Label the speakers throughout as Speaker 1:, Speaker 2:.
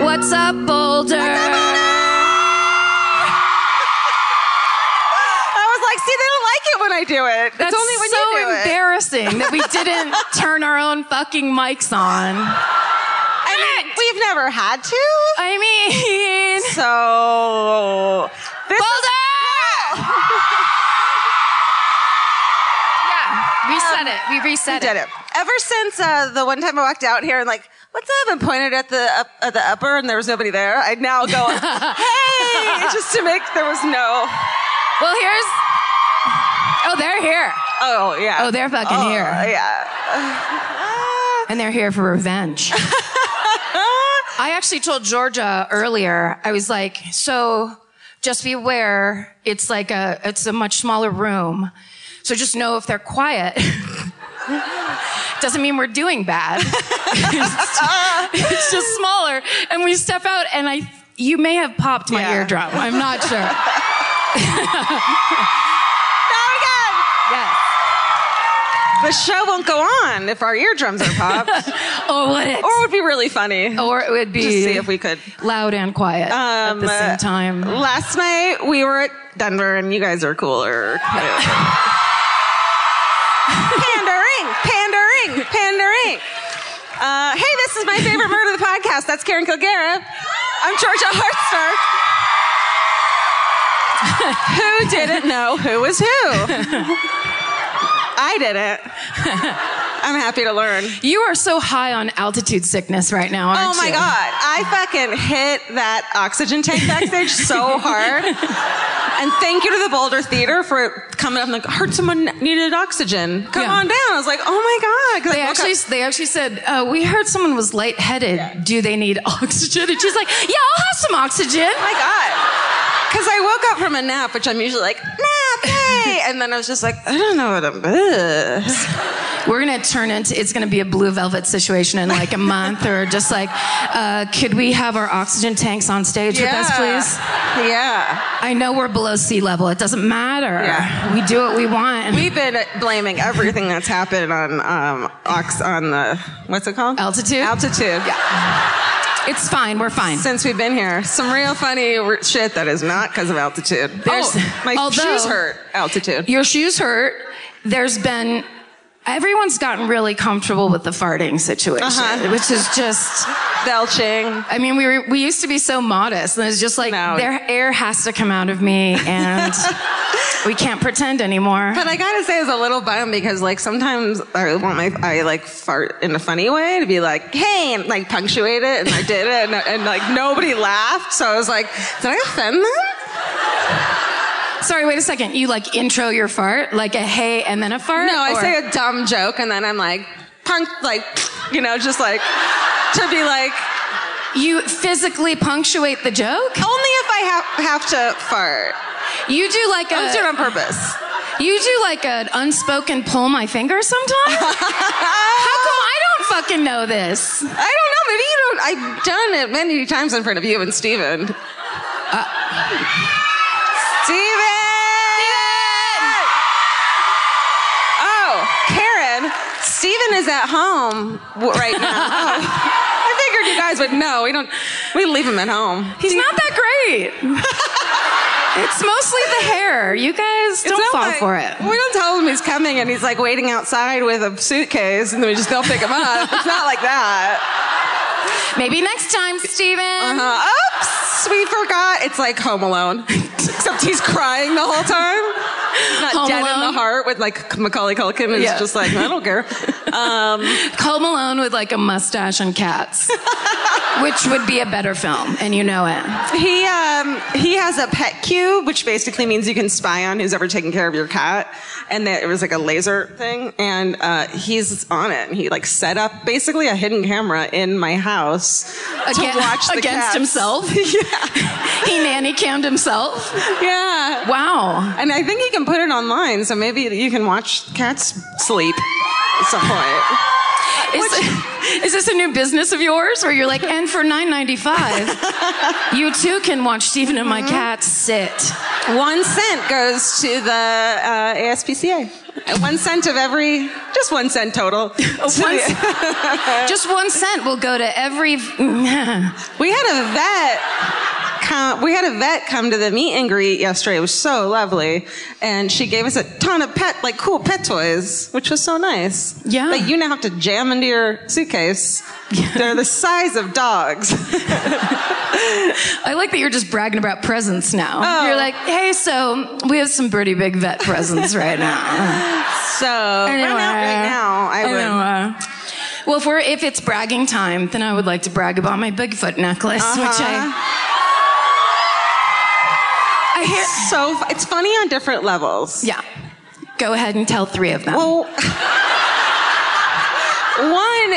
Speaker 1: What's up, Boulder?
Speaker 2: I was like, see, they don't like it when I do it.
Speaker 1: That's
Speaker 2: it's only when
Speaker 1: so
Speaker 2: you do it.
Speaker 1: embarrassing that we didn't turn our own fucking mics on.
Speaker 2: I mean, we've never had to.
Speaker 1: I mean,
Speaker 2: So this
Speaker 1: Boulder! Yeah, we said it. We reset it.
Speaker 2: did it. Ever since uh, the one time I walked out here and like, what's up? And pointed at the up, at the upper, and there was nobody there. I now go, hey, just to make there was no.
Speaker 1: Well, here's. Oh, they're here.
Speaker 2: Oh yeah.
Speaker 1: Oh, they're fucking
Speaker 2: Oh,
Speaker 1: here.
Speaker 2: Yeah.
Speaker 1: And they're here for revenge. I actually told Georgia earlier, I was like, so just be aware, it's like a, it's a much smaller room. So just know if they're quiet. Doesn't mean we're doing bad. it's just smaller. And we step out and I, you may have popped my
Speaker 2: Yeah.
Speaker 1: eardrum. I'm not sure.
Speaker 2: Now again,
Speaker 1: Yes.
Speaker 2: the show won't go on if our eardrums are popped.
Speaker 1: Or would it?
Speaker 2: or it would be really funny.
Speaker 1: Oh, Or it would be
Speaker 2: Just see if we could.
Speaker 1: loud and quiet at the
Speaker 2: uh,
Speaker 1: same time.
Speaker 2: Last night we were at Denver, and you guys are cooler. pandering, pandering, pandering. Uh, hey, this is my favorite murder of the podcast. That's Karen Kilgara. I'm Georgia Hartstark. who didn't know who was who? I didn't. I'm happy to learn.
Speaker 1: You are so high on altitude sickness right now,
Speaker 2: Oh
Speaker 1: aren't you?
Speaker 2: my God. I fucking hit that oxygen tank backstage so hard. And thank you to the Boulder Theater for coming up and like, heard someone needed oxygen. Come
Speaker 1: Yeah.
Speaker 2: on down. I was like, oh my God. 'Cause
Speaker 1: They
Speaker 2: I woke
Speaker 1: actually,
Speaker 2: up-
Speaker 1: they actually said, uh, we heard someone was lightheaded. Do they need oxygen? And she's like, yeah, I'll have some oxygen.
Speaker 2: oh my God. Because I woke up from a nap, which I'm usually like, nap, hey. And then I was just like, I don't know what I'm. Ugh.
Speaker 1: We're going to turn into, it's going to be a blue velvet situation in like a month or just like, uh, could we have our oxygen tanks on stage with us, please?
Speaker 2: Yeah.
Speaker 1: I know we're below sea level. It doesn't matter.
Speaker 2: Yeah.
Speaker 1: We do what we want.
Speaker 2: We've been blaming everything that's happened on um, ox on the what's it called?
Speaker 1: Altitude?
Speaker 2: Altitude. Yeah.
Speaker 1: it's fine. We're fine.
Speaker 2: since we've been here. Some real funny r- shit that is not because of altitude.
Speaker 1: There's-
Speaker 2: Oh, my
Speaker 1: although-
Speaker 2: shoes hurt. Altitude.
Speaker 1: Your shoes hurt. There's been everyone's gotten really comfortable with the farting situation,
Speaker 2: Uh-huh.
Speaker 1: which is just.
Speaker 2: Belching.
Speaker 1: I mean, we were, we used to be so modest, and it's just like
Speaker 2: No.
Speaker 1: their air has to come out of me, and we can't pretend anymore.
Speaker 2: But I gotta say, it's a little bummed because like sometimes I want my I like fart in a funny way to be like, hey, and like punctuate it, and I did it, and, and like nobody laughed, so I was like, did I offend them?
Speaker 1: Sorry, wait a second. You like intro your fart, like a hey and then a fart.
Speaker 2: No, I
Speaker 1: or-
Speaker 2: say a dumb joke, and then I'm like, punk, like, you know, just like to be like,
Speaker 1: you physically punctuate the joke.
Speaker 2: only if I have have to fart.
Speaker 1: You do like
Speaker 2: I was doing it
Speaker 1: a
Speaker 2: on purpose.
Speaker 1: you do like an unspoken pull my finger sometimes. How come
Speaker 2: Ah!
Speaker 1: I don't fucking know this?
Speaker 2: I don't know. Maybe you don't. I've done it many times in front of you and Steven. Uh. Steven! Oh, Karen. Steven is at home w- right now. Oh. I figured you guys would know. We don't. We leave him at home.
Speaker 1: He's not that great. it's mostly the hair. You guys
Speaker 2: It's
Speaker 1: don't
Speaker 2: not
Speaker 1: fall
Speaker 2: like-
Speaker 1: for it.
Speaker 2: We don't tell him he's coming and he's like waiting outside with a suitcase and then we just go pick him up. it's not like that.
Speaker 1: Maybe next time, Steven.
Speaker 2: Uh, oops, we forgot. It's like Home Alone, except he's crying the whole time. He's not
Speaker 1: Home
Speaker 2: dead in
Speaker 1: Alone?
Speaker 2: the heart with like Macaulay Culkin. Is
Speaker 1: Yeah.
Speaker 2: just like I don't care. Um,
Speaker 1: Home Alone with like a mustache and cats, which would be a better film, and you know it.
Speaker 2: he um, he has a pet cube, which basically means you can spy on who's ever taking care of your cat. And that it was like a laser thing, and uh, he's on it. And he like set up basically a hidden camera in my house
Speaker 1: Aga-
Speaker 2: to watch the
Speaker 1: against
Speaker 2: cats.
Speaker 1: himself. he nanny cammed himself.
Speaker 2: Yeah.
Speaker 1: Wow.
Speaker 2: And I think you can put it online, so maybe you can watch cats sleep. at some point.
Speaker 1: Is, is this a new business of yours where you're like, and for nine ninety five, you too can watch Stephen and my
Speaker 2: Mm-hmm.
Speaker 1: cat sit.
Speaker 2: One cent goes to the uh, ASPCA. One cent of every, just one cent total. To
Speaker 1: One
Speaker 2: the- Uh,
Speaker 1: Just one cent will go to every.
Speaker 2: we had a vet. Come, we had a vet come to the meet and greet yesterday. It was so lovely, and she gave us a ton of pet, like cool pet toys, which was so nice.
Speaker 1: Yeah.
Speaker 2: that you now have to jam into your suitcase. They're the size of dogs.
Speaker 1: I like that you're just bragging about presents now.
Speaker 2: Oh.
Speaker 1: You're like, hey, so we have some pretty big vet presents right now.
Speaker 2: So right now, right now, I, would.
Speaker 1: would. well, if we're if it's bragging time, then I would like to brag about my Bigfoot necklace,
Speaker 2: Uh-huh.
Speaker 1: which I. I hear.
Speaker 2: So f- it's funny on different levels.
Speaker 1: Yeah. Go ahead and tell three of them.
Speaker 2: Well, one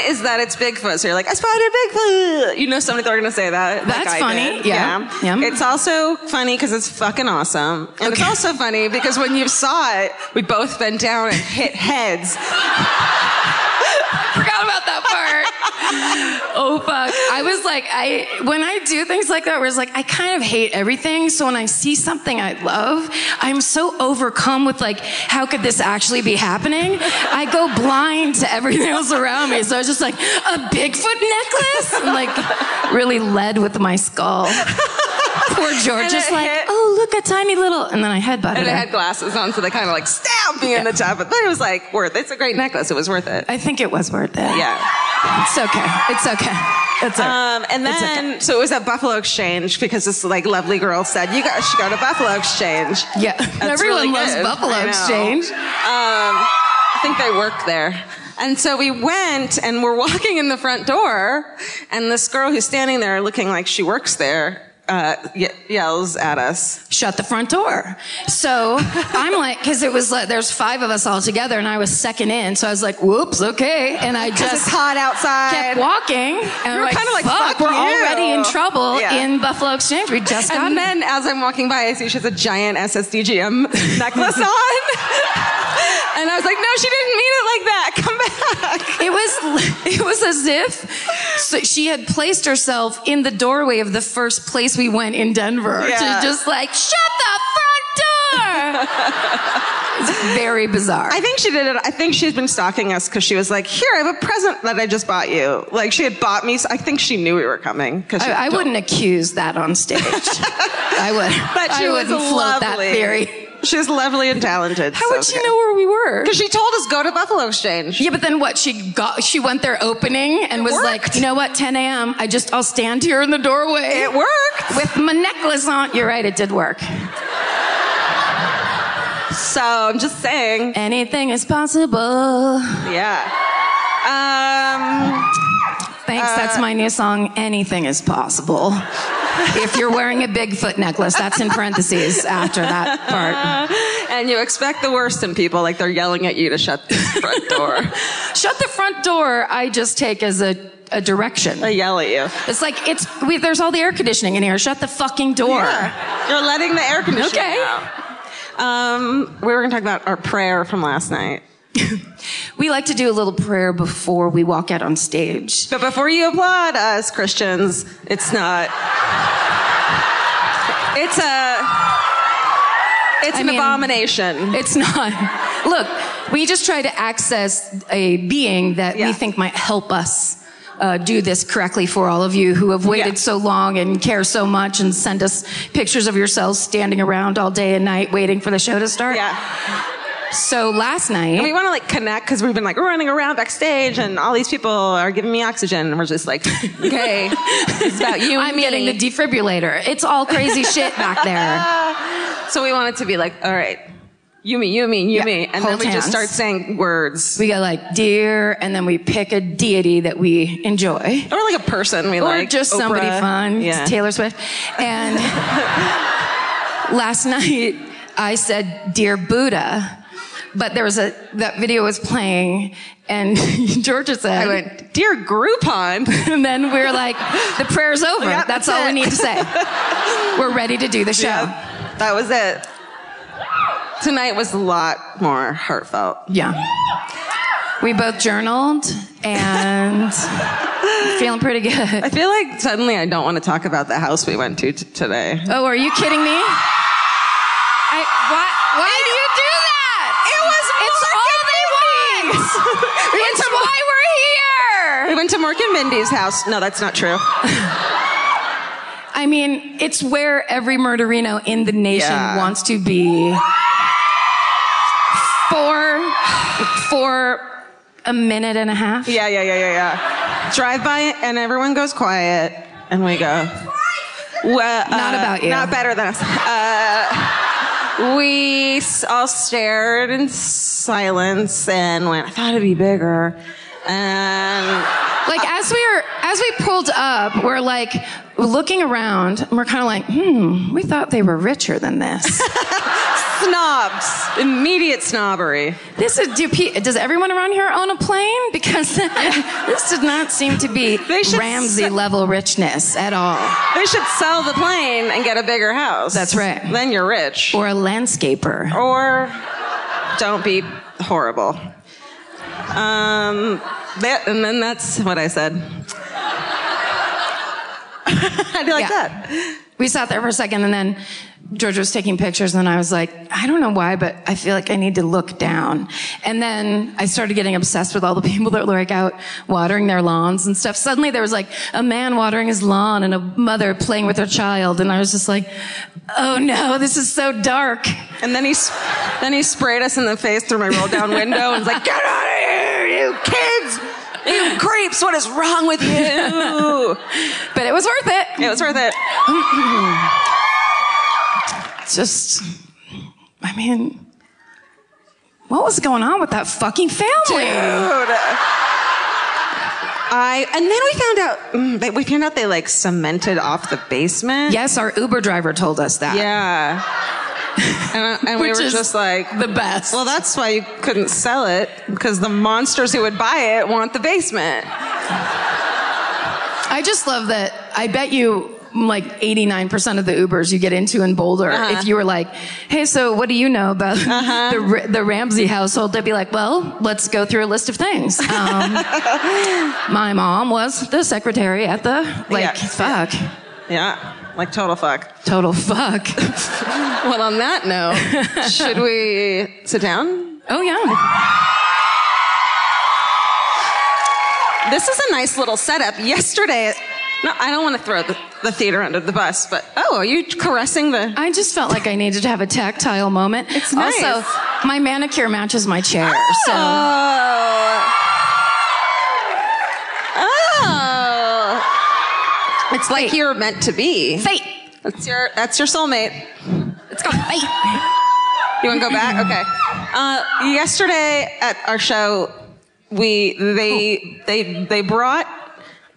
Speaker 2: is that it's Bigfoot, so you're like, I spotted Bigfoot. You know, somebody's going to say that. like
Speaker 1: That's
Speaker 2: I
Speaker 1: funny,
Speaker 2: did.
Speaker 1: yeah, yeah.
Speaker 2: It's also funny because it's fucking awesome, and it's
Speaker 1: Okay.
Speaker 2: also funny because when you saw it, we both bent down and hit heads.
Speaker 1: forgot about that part. oh fuck! I was like, I when I do things like that, where it's like I kind of hate everything. So when I see something I love, I'm so overcome with like, how could this actually be happening? I go blind to everything else around me. So I was just like, a Bigfoot necklace, and like really led with my skull. Poor George
Speaker 2: And
Speaker 1: is
Speaker 2: it
Speaker 1: like,
Speaker 2: hit-
Speaker 1: oh look, a tiny little, and then I headbutted
Speaker 2: And I
Speaker 1: her.
Speaker 2: had glasses on, so they kind of like stabbed me in the top. But it was like worth. it. It's a great necklace. It was worth it.
Speaker 1: I think it was worth it.
Speaker 2: Yeah.
Speaker 1: it's okay. It's okay. It's okay.
Speaker 2: Um, and
Speaker 1: It's okay.
Speaker 2: then, so it was at Buffalo Exchange because this like lovely girl said, "You guys should go to Buffalo Exchange."
Speaker 1: Yeah.
Speaker 2: That's
Speaker 1: Everyone
Speaker 2: really
Speaker 1: loves
Speaker 2: good.
Speaker 1: Buffalo
Speaker 2: I know.
Speaker 1: Exchange.
Speaker 2: Um, I think they work there. And so we went and we're walking in the front door, and this girl who's standing there looking like she works there uh, ye- yells at us.
Speaker 1: shut the front door. So I'm like, because it was like there's five of us all together, and I was second in, so I was like, whoops, okay, and I
Speaker 2: It's
Speaker 1: just
Speaker 2: hot outside.
Speaker 1: kept walking, and
Speaker 2: were
Speaker 1: I'm
Speaker 2: kinda like,
Speaker 1: fuck,
Speaker 2: fuck
Speaker 1: we're
Speaker 2: you."
Speaker 1: already in trouble
Speaker 2: Yeah.
Speaker 1: in Buffalo Exchange. We just got
Speaker 2: And
Speaker 1: in.
Speaker 2: then as I'm walking by, I see she has a giant SSDGM necklace on. and I was like, no, she didn't mean it like that. Come back.
Speaker 1: It was it was as if so she had placed herself in the doorway of the first place we went in Denver
Speaker 2: Yeah.
Speaker 1: to just like shut the front door. it's very bizarre.
Speaker 2: I think she did it. I think she's been stalking us because she was like, here, I have a present that I just bought you. Like she had bought me. I think she knew we were coming. 'cause she
Speaker 1: I, I
Speaker 2: told-
Speaker 1: wouldn't accuse that on stage. I would.
Speaker 2: But she
Speaker 1: I
Speaker 2: was
Speaker 1: wouldn't float that
Speaker 2: lovely.
Speaker 1: theory.
Speaker 2: She was lovely and talented.
Speaker 1: How would she know where we were?
Speaker 2: Because she told us go to Buffalo Exchange.
Speaker 1: Yeah, but then what? She got. She went there opening and was like,
Speaker 2: worked.
Speaker 1: you know what? 10 a.m. I just I'll stand here in the doorway.
Speaker 2: It worked.
Speaker 1: With my necklace on. You're right. It did work.
Speaker 2: So I'm just saying.
Speaker 1: Anything is possible.
Speaker 2: Yeah. Um,
Speaker 1: Thanks. that's my new song. Anything is possible. if you're wearing a Bigfoot necklace, that's in parentheses after that part.
Speaker 2: and you expect the worst in people, like they're yelling at you to shut the front door.
Speaker 1: Shut the front door. I just take as a, a direction.
Speaker 2: they yell at you.
Speaker 1: It's like it's we, there's all the air conditioning in here. Shut the fucking door.
Speaker 2: Yeah. You're letting the air conditioning
Speaker 1: Okay.
Speaker 2: out. Um, we were going to talk about our prayer from last night.
Speaker 1: We like to do a little prayer before we walk out on stage.
Speaker 2: But before you applaud us, Christians, it's not. It's a.
Speaker 1: I
Speaker 2: It's an
Speaker 1: mean-
Speaker 2: abomination.
Speaker 1: It's not. Look, we just try to access a being that we
Speaker 2: Yeah.
Speaker 1: think might help us uh, do this correctly for all of you who have waited
Speaker 2: Yeah.
Speaker 1: so long and care so much and send us pictures of yourselves standing around all day and night waiting for the show to start.
Speaker 2: yeah.
Speaker 1: So last night,
Speaker 2: We want to like connect because we've been like running around backstage and all these people are giving me oxygen and we're just like, okay, it's about you. and
Speaker 1: I'm getting
Speaker 2: me.
Speaker 1: the defibrillator. It's all crazy shit back there.
Speaker 2: So we want it to be like, all right, you me, you me, you
Speaker 1: Yeah,
Speaker 2: me, and then
Speaker 1: hold
Speaker 2: we
Speaker 1: hands.
Speaker 2: just start saying words
Speaker 1: We go like deer, and then we pick a deity that we enjoy,
Speaker 2: or like a person we
Speaker 1: or
Speaker 2: like,
Speaker 1: just somebody
Speaker 2: Oprah.
Speaker 1: fun,
Speaker 2: Yeah.
Speaker 1: Taylor Swift. And last night I said dear Buddha, but there was a that video was playing, and Georgia said,
Speaker 2: I went, dear Groupon.
Speaker 1: and then we were like, the prayer's over.
Speaker 2: Yeah,
Speaker 1: that's,
Speaker 2: that's
Speaker 1: all we
Speaker 2: it.
Speaker 1: need to say. We're ready to do the show.
Speaker 2: Yeah, that was it. Tonight was a lot more heartfelt.
Speaker 1: Yeah. We both journaled and feeling pretty good.
Speaker 2: I feel like suddenly I don't want to talk about the house we went to t- today.
Speaker 1: Oh, are you kidding me? I, why why do you do that?
Speaker 2: It was
Speaker 1: It's
Speaker 2: Mork
Speaker 1: all they want.
Speaker 2: We went
Speaker 1: it's
Speaker 2: to
Speaker 1: why we're
Speaker 2: We
Speaker 1: here.
Speaker 2: went to Mork and Mindy's house. No, that's not true.
Speaker 1: I mean, it's where every murderino in the nation
Speaker 2: Yeah.
Speaker 1: wants to be for for a minute and a half.
Speaker 2: Yeah, yeah, yeah, yeah, yeah. Drive by and everyone goes quiet, and we go. Well, uh,
Speaker 1: Not about you.
Speaker 2: Not better than us. Uh, we s- all stared in silence and went. I thought it'd be bigger, and
Speaker 1: Like as we were as we pulled up, we're like looking around and we're kind of like, hmm, we thought they were richer than this.
Speaker 2: snobs, immediate snobbery.
Speaker 1: this is do pe- does everyone around here own a plane? Because this did not seem to be
Speaker 2: They should
Speaker 1: Ramsey
Speaker 2: se-
Speaker 1: level richness at all,
Speaker 2: They should sell the plane and get a bigger house.
Speaker 1: That's right.
Speaker 2: Then you're rich.
Speaker 1: or a landscaper.
Speaker 2: or don't be horrible. Um, that, and then that's what I said. I'd be like
Speaker 1: Yeah.
Speaker 2: that.
Speaker 1: We sat there for a second and then George was taking pictures and I was like, I don't know why, but I feel like I need to look down. And then I started getting obsessed with all the people that were like out watering their lawns and stuff. Suddenly there was like a man watering his lawn and a mother playing with her child. And I was just like, oh no, this is so dark.
Speaker 2: And then he, s- then he sprayed us in the face through my roll down window and was like, "Get out of here, you kids, you creeps! What is wrong with you?"
Speaker 1: But it was worth it.
Speaker 2: it was worth it.
Speaker 1: It's just, I mean, what was going on with that fucking family?
Speaker 2: Dude. I and then we found out mm, that we found out they like cemented off the basement.
Speaker 1: Yes, our Uber driver told us that.
Speaker 2: Yeah. And, and we
Speaker 1: Which
Speaker 2: were
Speaker 1: is
Speaker 2: just like,
Speaker 1: the best.
Speaker 2: well, that's why you couldn't sell it because the monsters who would buy it want the basement.
Speaker 1: I just love that. I bet you like 89% of the Ubers you get into in Boulder,
Speaker 2: Uh-huh.
Speaker 1: if you were like, hey, so what do you know about the, Ra- the Ramsey household? They'd be like, well, let's go through a list of things. Um, my mom was the secretary at the, like,
Speaker 2: Yeah.
Speaker 1: fuck,
Speaker 2: Yeah, like total fuck.
Speaker 1: total fuck.
Speaker 2: Well, on that note, should we sit down?
Speaker 1: oh, yeah.
Speaker 2: This is a nice little setup. Yesterday, no, I don't want to throw the, the theater under the bus, but oh, are you caressing the?
Speaker 1: I just felt like I needed to have a tactile moment. It's
Speaker 2: nice.
Speaker 1: Also, my manicure matches my chair. So.
Speaker 2: Oh. Oh. It's like you're Oh. meant to be.
Speaker 1: Fate.
Speaker 2: That's your that's your soulmate.
Speaker 1: It's called fate.
Speaker 2: You want to go back? Okay. Uh, yesterday at our show, we they they they brought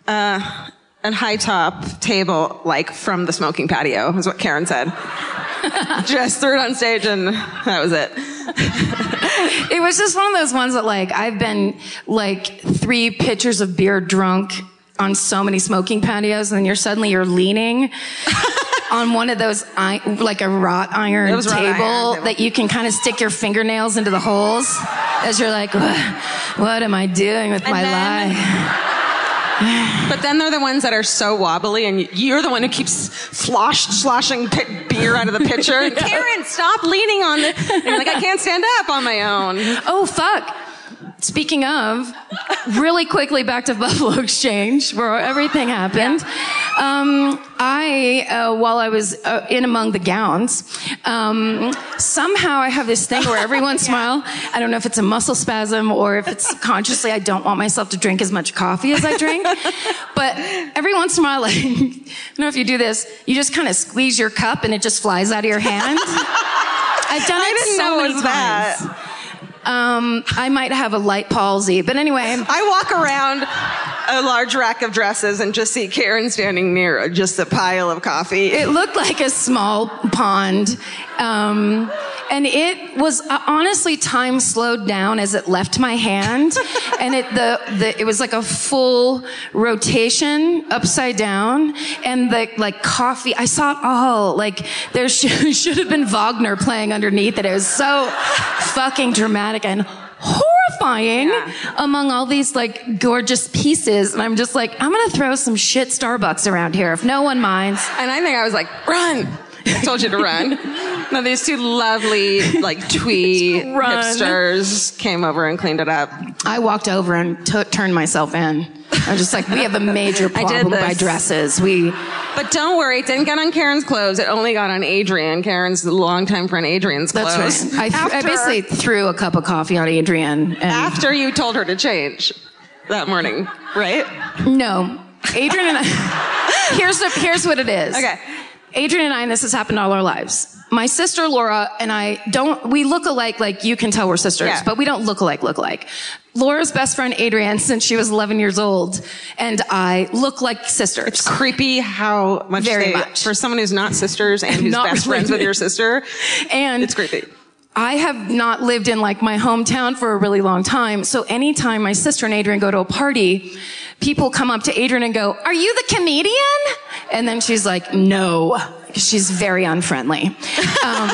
Speaker 2: uh, a high top table like from the smoking patio. Is what Karen said. Just threw it on stage and that was it.
Speaker 1: It was just one of those ones that like I've been like three pitchers of beer drunk on so many smoking patios, and then you're suddenly you're leaning on one of those i- like a wrought iron
Speaker 2: It was wrought iron
Speaker 1: table
Speaker 2: table.
Speaker 1: that you can kind of stick your fingernails into the holes as you're like, "Ugh, what am I doing with my
Speaker 2: then-
Speaker 1: life?
Speaker 2: But then they're the ones that are so wobbly, and you're the one who keeps slosh, sloshing pit beer out of the pitcher. And Karen, stop leaning on it. And you're like, I can't stand up on my own.
Speaker 1: Oh fuck. Speaking of, really quickly back to Buffalo Exchange where everything happened. Um, I, uh, while I was uh, in among the gowns, um, somehow I have this thing where every once in a while, I don't know if it's a muscle spasm or if it's consciously I don't want myself to drink as much coffee as I drink, but every once in a while, like, I don't know if you do this, you just kind of squeeze your cup and it just flies out of your hand. I've done it
Speaker 2: I didn't
Speaker 1: so
Speaker 2: know it
Speaker 1: many
Speaker 2: was
Speaker 1: times.
Speaker 2: that.
Speaker 1: Um, I might have a light palsy, but anyway,
Speaker 2: I walk around a large rack of dresses and just see Karen standing near just a pile of coffee.
Speaker 1: it looked like a small pond. Um, and it was uh, honestly time slowed down as it left my hand, and it the, the it was like a full rotation upside down, and the like coffee. I saw it all. Like there sh- should have been Wagner playing underneath it. It was so fucking dramatic and horrifying. terrifying among all these like gorgeous pieces. And I'm just like, I'm going to throw some shit Starbucks around here if no one minds.
Speaker 2: And I think I was like, run. I told you to run. no, these two lovely, like twee
Speaker 1: Run.
Speaker 2: hipsters came over and cleaned it up.
Speaker 1: I walked over and took turned myself in. I'm just like, we have a major
Speaker 2: I did
Speaker 1: problem with
Speaker 2: this.
Speaker 1: my dresses. We,
Speaker 2: But don't worry, it didn't get on Karen's clothes. It only got on Adrian. Karen's the longtime friend Adrian's clothes.
Speaker 1: that's right. I, th- I
Speaker 2: After-
Speaker 1: basically threw a cup of coffee on Adrian. And
Speaker 2: after you told her to change that morning, right?
Speaker 1: No, Adrian and I. Here's the, here's what it is.
Speaker 2: Okay.
Speaker 1: Adrian and I, and this has happened all our lives. My sister Laura and I don't. We look alike. Like you can tell we're sisters,
Speaker 2: Yeah.
Speaker 1: but we don't look alike. Look alike. Laura's best friend Adrian, since she was 11 years old, and I look like sisters.
Speaker 2: Creepy how much
Speaker 1: Very
Speaker 2: they,
Speaker 1: much.
Speaker 2: for someone who's not sisters and who's
Speaker 1: Not
Speaker 2: best friends with
Speaker 1: related.
Speaker 2: your sister.
Speaker 1: and
Speaker 2: It's creepy.
Speaker 1: I have not lived in like my hometown for a really long time. So anytime my sister and Adrian go to a party, people come up to Adrian and go, are you the comedian? And then she's like, no. She's very unfriendly. Um,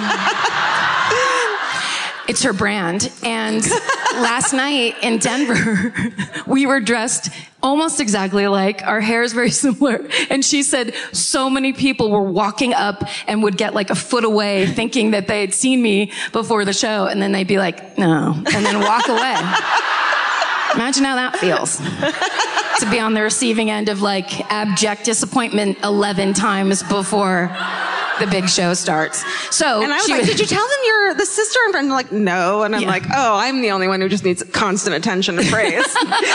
Speaker 1: it's her brand. And last night in Denver, we were dressed almost exactly alike. Our hair is very similar. And she said so many people were walking up and would get like a foot away thinking that they had seen me before the show. And then they'd be like, no, and then walk away. Imagine how that feels to be on the receiving end of like abject disappointment 11 times before the big show starts. So
Speaker 2: And I was
Speaker 1: she
Speaker 2: like,
Speaker 1: was-
Speaker 2: did you tell them you're the sister and friend? They're like, no. And I'm
Speaker 1: Yeah.
Speaker 2: like, oh, I'm the only one who just needs constant attention and praise.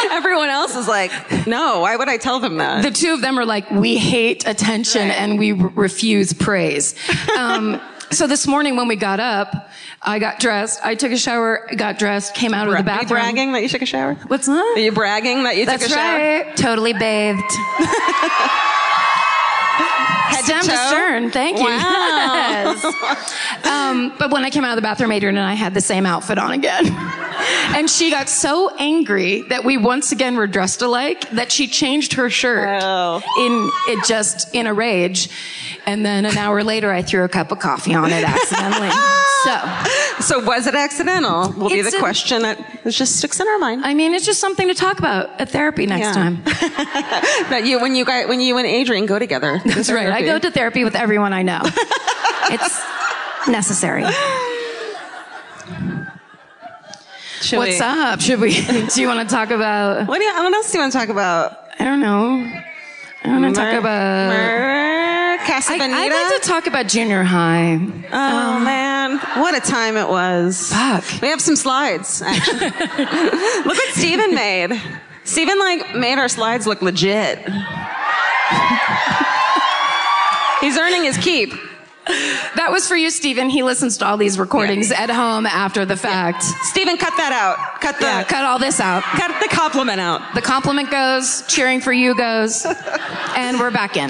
Speaker 2: Everyone else is like, no, why would I tell them that?
Speaker 1: the two of them are like, we hate attention and we r- refuse praise. Um, so this morning when we got up, I got dressed. I took a shower, got dressed, came out of the
Speaker 2: Are you
Speaker 1: bathroom.
Speaker 2: bragging that you took a shower?
Speaker 1: What's that?
Speaker 2: Are you bragging that you
Speaker 1: That's
Speaker 2: took a shower?
Speaker 1: right. Totally bathed.
Speaker 2: Head
Speaker 1: Stem to,
Speaker 2: toe?
Speaker 1: stern. Thank you.
Speaker 2: Wow.
Speaker 1: Yes. Um, but when I came out of the bathroom, Adrian and I had the same outfit on again. and she got so angry that we once again were dressed alike that she changed her shirt
Speaker 2: Oh.
Speaker 1: in it just in a rage. And then an hour later, I threw a cup of coffee on it accidentally. so.
Speaker 2: So was it accidental? Will be
Speaker 1: It's
Speaker 2: the
Speaker 1: a-
Speaker 2: question that it just sticks in our mind.
Speaker 1: I mean, it's just something to talk about at therapy next
Speaker 2: Yeah.
Speaker 1: time.
Speaker 2: that you when you guys when you and Adrian go together.
Speaker 1: That's right. I go to therapy with everyone I know. it's necessary.
Speaker 2: Should
Speaker 1: What's
Speaker 2: we-
Speaker 1: up? Should we? Do you want to talk about?
Speaker 2: What do you, what else do you want to talk about?
Speaker 1: I don't know. I want to talk about.
Speaker 2: Mer-
Speaker 1: I,
Speaker 2: Casabanita.
Speaker 1: I'd like to talk about junior high.
Speaker 2: Oh man, what a time it was.
Speaker 1: Fuck.
Speaker 2: We have some slides. Actually. look what Steven made. Steven like made our slides look legit. He's earning his keep.
Speaker 1: That was for you, Stephen. He listens to all these recordings at home after the fact.
Speaker 2: Steven, cut that out. Cut the
Speaker 1: Yeah, cut all this out.
Speaker 2: cut the compliment out.
Speaker 1: The compliment goes, cheering for you goes, and we're back in.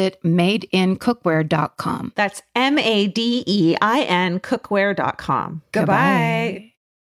Speaker 3: madeincookware.com.
Speaker 4: That's M A D E I N cookware.com. Goodbye.
Speaker 3: Goodbye.
Speaker 4: Goodbye.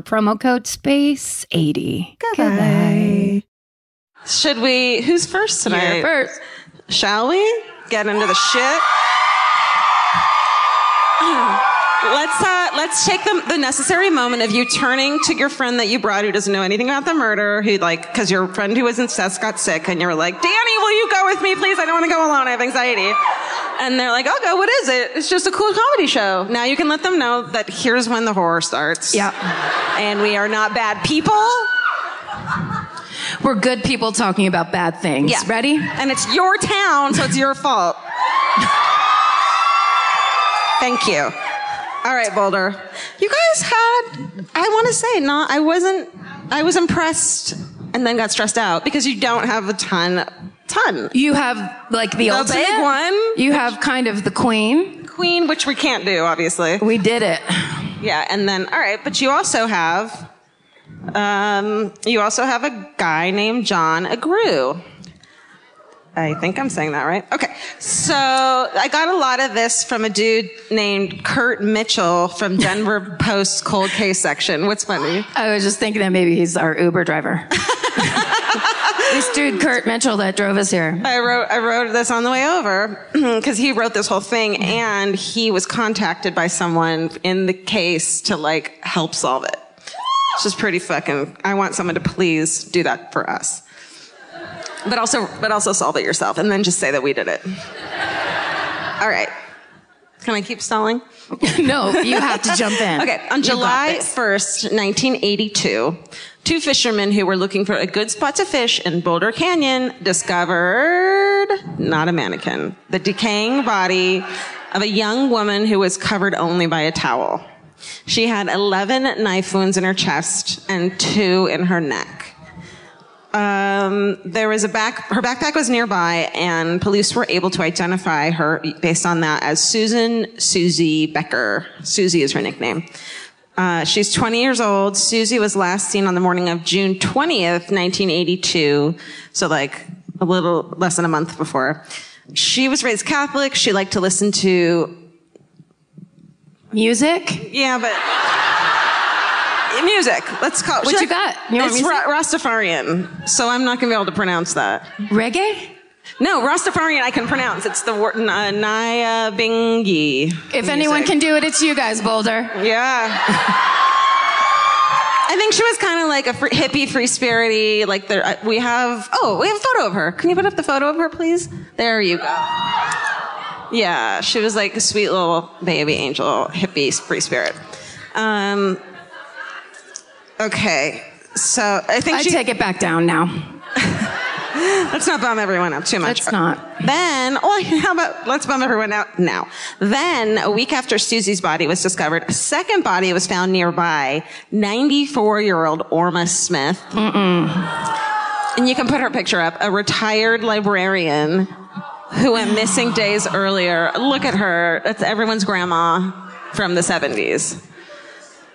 Speaker 3: promo code SPACE80.
Speaker 4: Goodbye.
Speaker 2: Should we? Who's first tonight?
Speaker 1: You're first.
Speaker 2: Shall we get into the shit? Let's uh, let's take the, the necessary moment of you turning to your friend that you brought who doesn't know anything about the murder, who like because your friend who was incest got sick, and you were like, Danny, will you go with me, please? I don't want to go alone. I have anxiety. And they're like, I'll go. What is it? It's just a cool comedy show. Now you can let them know that here's when the horror starts.
Speaker 1: Yeah.
Speaker 2: And we are not bad people.
Speaker 1: We're good people talking about bad things.
Speaker 2: Yeah.
Speaker 1: Ready?
Speaker 2: And it's your town, so it's your fault. Thank you. All right, Boulder. You guys had, I want to say, not, I wasn't, I was impressed and then got stressed out because you don't have a ton, ton.
Speaker 1: You have like the,
Speaker 2: The
Speaker 1: ultimate
Speaker 2: big one.
Speaker 1: You have kind of the queen.
Speaker 2: Queen, which we can't do, obviously.
Speaker 1: We did it.
Speaker 2: Yeah, and then, all right, but you also have, um, you also have a guy named John Agrew. I think I'm saying that right. Okay. So I got a lot of this from a dude named Kurt Mitchell from Denver Post cold case section. What's funny?
Speaker 1: I was just thinking that maybe he's our Uber driver. this dude Kurt Mitchell that drove us here.
Speaker 2: I wrote I wrote this on the way over because he wrote this whole thing and he was contacted by someone in the case to like help solve it. Which is pretty fucking. I want someone to please do that for us, but also but also solve it yourself and then just say that we did it. All right. Can I keep stalling?
Speaker 1: no, you have to jump in.
Speaker 2: Okay, on
Speaker 1: You got
Speaker 2: July
Speaker 1: this.
Speaker 2: 1st, 1982, two fishermen who were looking for a good spot to fish in Boulder Canyon discovered not a mannequin, the decaying body of a young woman who was covered only by a towel. She had 11 knife wounds in her chest and two in her neck. Um, there was a back, her backpack was nearby, and police were able to identify her based on that as Susan Susie Becker. Susie is her nickname. Uh, she's 20 years old. Susie was last seen on the morning of June 20th, 1982. So, like, a little less than a month before. She was raised Catholic. She liked to listen to
Speaker 1: Music?
Speaker 2: yeah, but music. Let's call it.
Speaker 1: What
Speaker 2: she's
Speaker 1: you got? You want
Speaker 2: it's
Speaker 1: music?
Speaker 2: Ra- Rastafarian, so I'm not going to be able to pronounce that.
Speaker 1: Reggae?
Speaker 2: No, Rastafarian, I can pronounce. It's the word uh, Naya Bingi.
Speaker 1: If anyone can do it, it's you guys, Boulder.
Speaker 2: Yeah. I think she was kind of like a free, hippie, free spirity. Like there, I- we have. Oh, we have a photo of her. Can you put up the photo of her, please? There you go. Yeah, she was like a sweet little baby angel, hippie, free spirit. Um, okay, so I think
Speaker 1: I
Speaker 2: she,
Speaker 1: take it back down now.
Speaker 2: Let's not bum everyone up too much.
Speaker 1: Let's not.
Speaker 2: Then, well, how about let's bum everyone out now. Then, a week after Susie's body was discovered, a second body was found nearby. 94-year-old Orma Smith. And you can put her picture up. A retired librarian who went missing days earlier. Look at her. That's everyone's grandma from the 70s.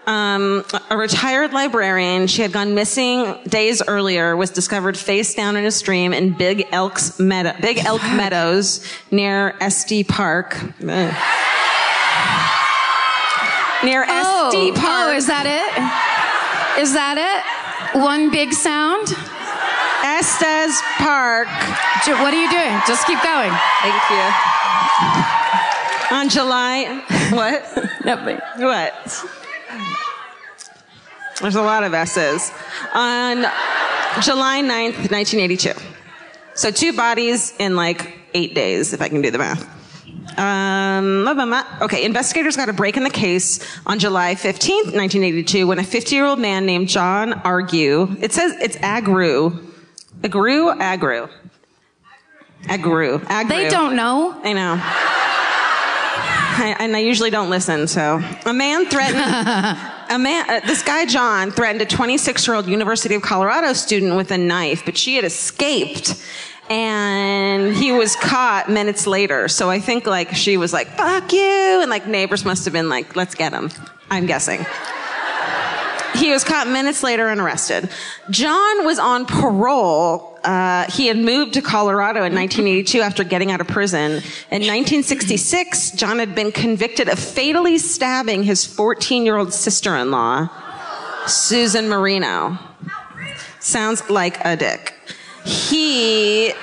Speaker 2: Um, a retired librarian, she had gone missing days earlier, was discovered face down in a stream in Big, Elk's Meadow, Big Elk Meadows near SD Park. Ugh. Near SD Park.
Speaker 1: oh, is that it? Is that it? One big sound?
Speaker 2: Estes Park.
Speaker 1: Ju- What are you doing? Just keep going.
Speaker 2: Thank you. On July, what?
Speaker 1: Nothing.
Speaker 2: What? There's a lot of S's. On July 9th, 1982. So two bodies in like eight days, if I can do the math. Um, blah, blah, blah. okay, investigators got a break in the case on July 15th, 1982, when a 50 year old man named John Argue, it says it's Agru. Agru? Agru. Agru. Agru.
Speaker 1: They don't know.
Speaker 2: I know. I, and I usually don't listen, so. A man threatened, a man, uh, this guy John threatened a 26 year old University of Colorado student with a knife, but she had escaped. And he was caught minutes later. So I think like she was like, fuck you. And like neighbors must have been like, let's get him. I'm guessing. He was caught minutes later and arrested. John was on parole. Uh, he had moved to Colorado in 1982 after getting out of prison. In 1966, John had been convicted of fatally stabbing his 14 year old sister in law, Susan Marino. Sounds like a dick. He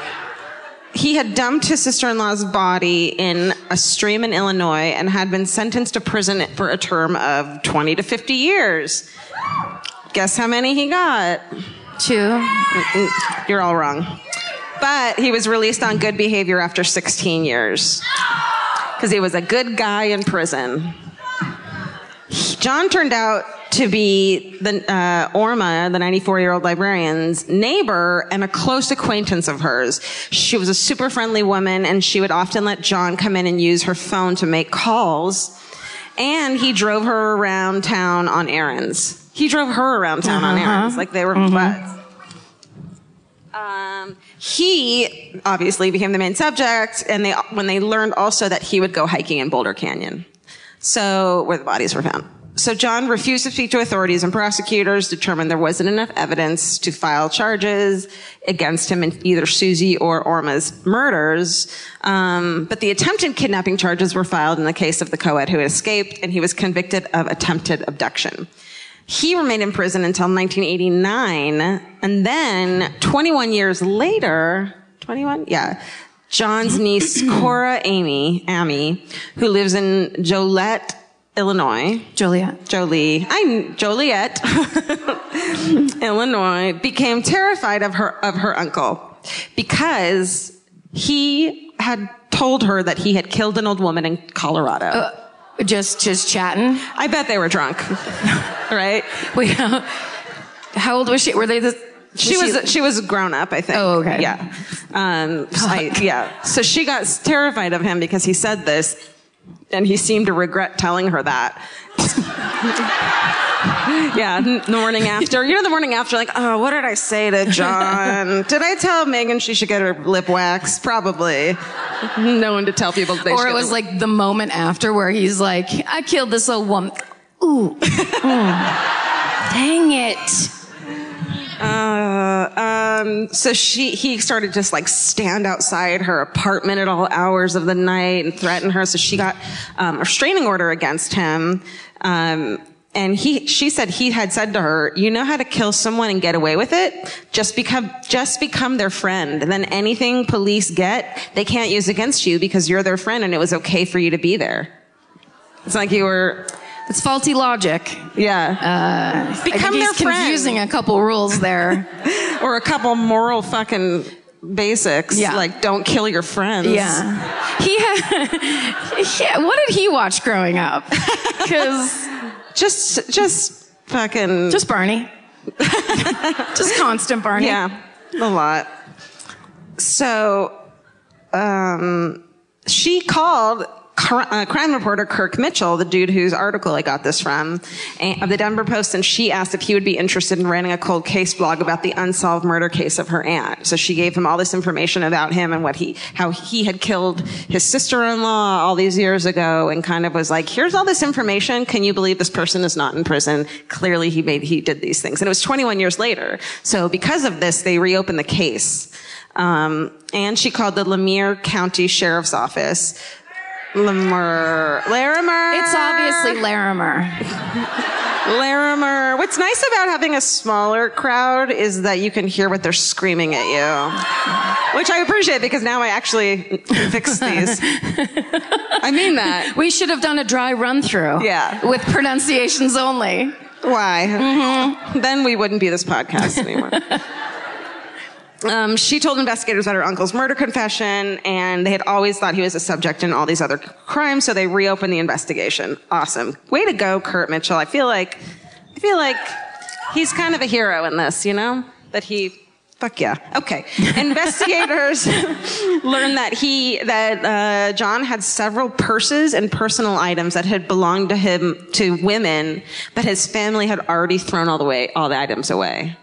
Speaker 2: he had dumped his sister-in-law's body in a stream in Illinois and had been sentenced to prison for a term of 20 to 50 years. Guess how many he got?
Speaker 1: Two.
Speaker 2: You're all wrong. But he was released on good behavior after 16 years because he was a good guy in prison. John turned out to be the uh, Orma, the 94-year-old librarian's neighbor and a close acquaintance of hers. She was a super friendly woman, and she would often let John come in and use her phone to make calls. And he drove her around town on errands. He drove her around town on errands, like they were butts. Um, he obviously became the main subject, and they when they learned also that he would go hiking in Boulder Canyon, so where the bodies were found. So John refused to speak to authorities and prosecutors, determined there wasn't enough evidence to file charges against him in either Susie or Orma's murders. Um, but the attempted kidnapping charges were filed in the case of the co-ed who had escaped, and he was convicted of attempted abduction. He remained in prison until 1989. And then 21 years later, 21? Yeah. John's niece, Cora Amy, Amy, who lives in Joliet, Illinois.
Speaker 1: Julia.
Speaker 2: Jolie, I Joliet, Illinois, became terrified of her of her uncle because he had told her that he had killed an old woman in Colorado.
Speaker 1: Just just chatting.
Speaker 2: I bet they were drunk, right?
Speaker 1: We, how old was she? Were they the?
Speaker 2: She was she was grown up, I think.
Speaker 1: Oh, okay.
Speaker 2: Yeah. Um, I- yeah. So she got s- terrified of him because he said this, and he seemed to regret telling her that. yeah, n- the morning after. You know, the morning after, like, oh, what did I say to John? Did I tell Megan she should get her lip waxed? Probably. No one to tell people they should
Speaker 1: Or
Speaker 2: get
Speaker 1: it was
Speaker 2: their-
Speaker 1: like the moment after where he's like, I killed this old woman. Ooh. Mm. Dang it.
Speaker 2: Uh, um, so she, he started just like stand outside her apartment at all hours of the night and threaten her. So she got um, a restraining order against him. Um, and he, she said he had said to her, "You know how to kill someone and get away with it? Just become, just become their friend. And then anything police get, they can't use against you because you're their friend, and it was okay for you to be there. It's like you were,
Speaker 1: It's faulty logic.
Speaker 2: yeah,
Speaker 1: I think
Speaker 2: become
Speaker 1: he's
Speaker 2: their friend
Speaker 1: confusing a couple rules there.
Speaker 2: or a couple moral fucking basics
Speaker 1: Yeah.
Speaker 2: like don't kill your friends
Speaker 1: yeah. He had, yeah, what did he watch growing up? Because
Speaker 2: just just fucking
Speaker 1: just Barney. just constant Barney.
Speaker 2: yeah a lot so um she called cr- uh, crime reporter Kirk Mitchell, the dude whose article I got this from, and, of the Denver Post, and she asked if he would be interested in writing a cold case blog about the unsolved murder case of her aunt. So she gave him all this information about him and what he, how he had killed his sister-in-law all these years ago, and kind of was like, "Here's all this information. Can you believe this person is not in prison? Clearly, he made he did these things." And it was 21 years later. So because of this, they reopened the case. Um, and she called the Lemire County Sheriff's Office. Lemur. Larimer.
Speaker 1: It's obviously Larimer.
Speaker 2: Larimer. What's nice about having a smaller crowd is that you can hear what they're screaming at you, which I appreciate because now I actually fix these. I mean that.
Speaker 1: We should have done a dry run through.
Speaker 2: Yeah.
Speaker 1: With pronunciations only.
Speaker 2: Why? Then we wouldn't be this podcast anymore. Um, she told investigators about her uncle's murder confession, and they had always thought he was a subject in all these other crimes, so they reopened the investigation. Awesome. Way to go, Kurt Mitchell. I feel like, I feel like he's kind of a hero in this, you know? That he, fuck yeah. Okay. investigators learned that he, that uh, John had several purses and personal items that had belonged to him, to women, but his family had already thrown all the way, all the items away.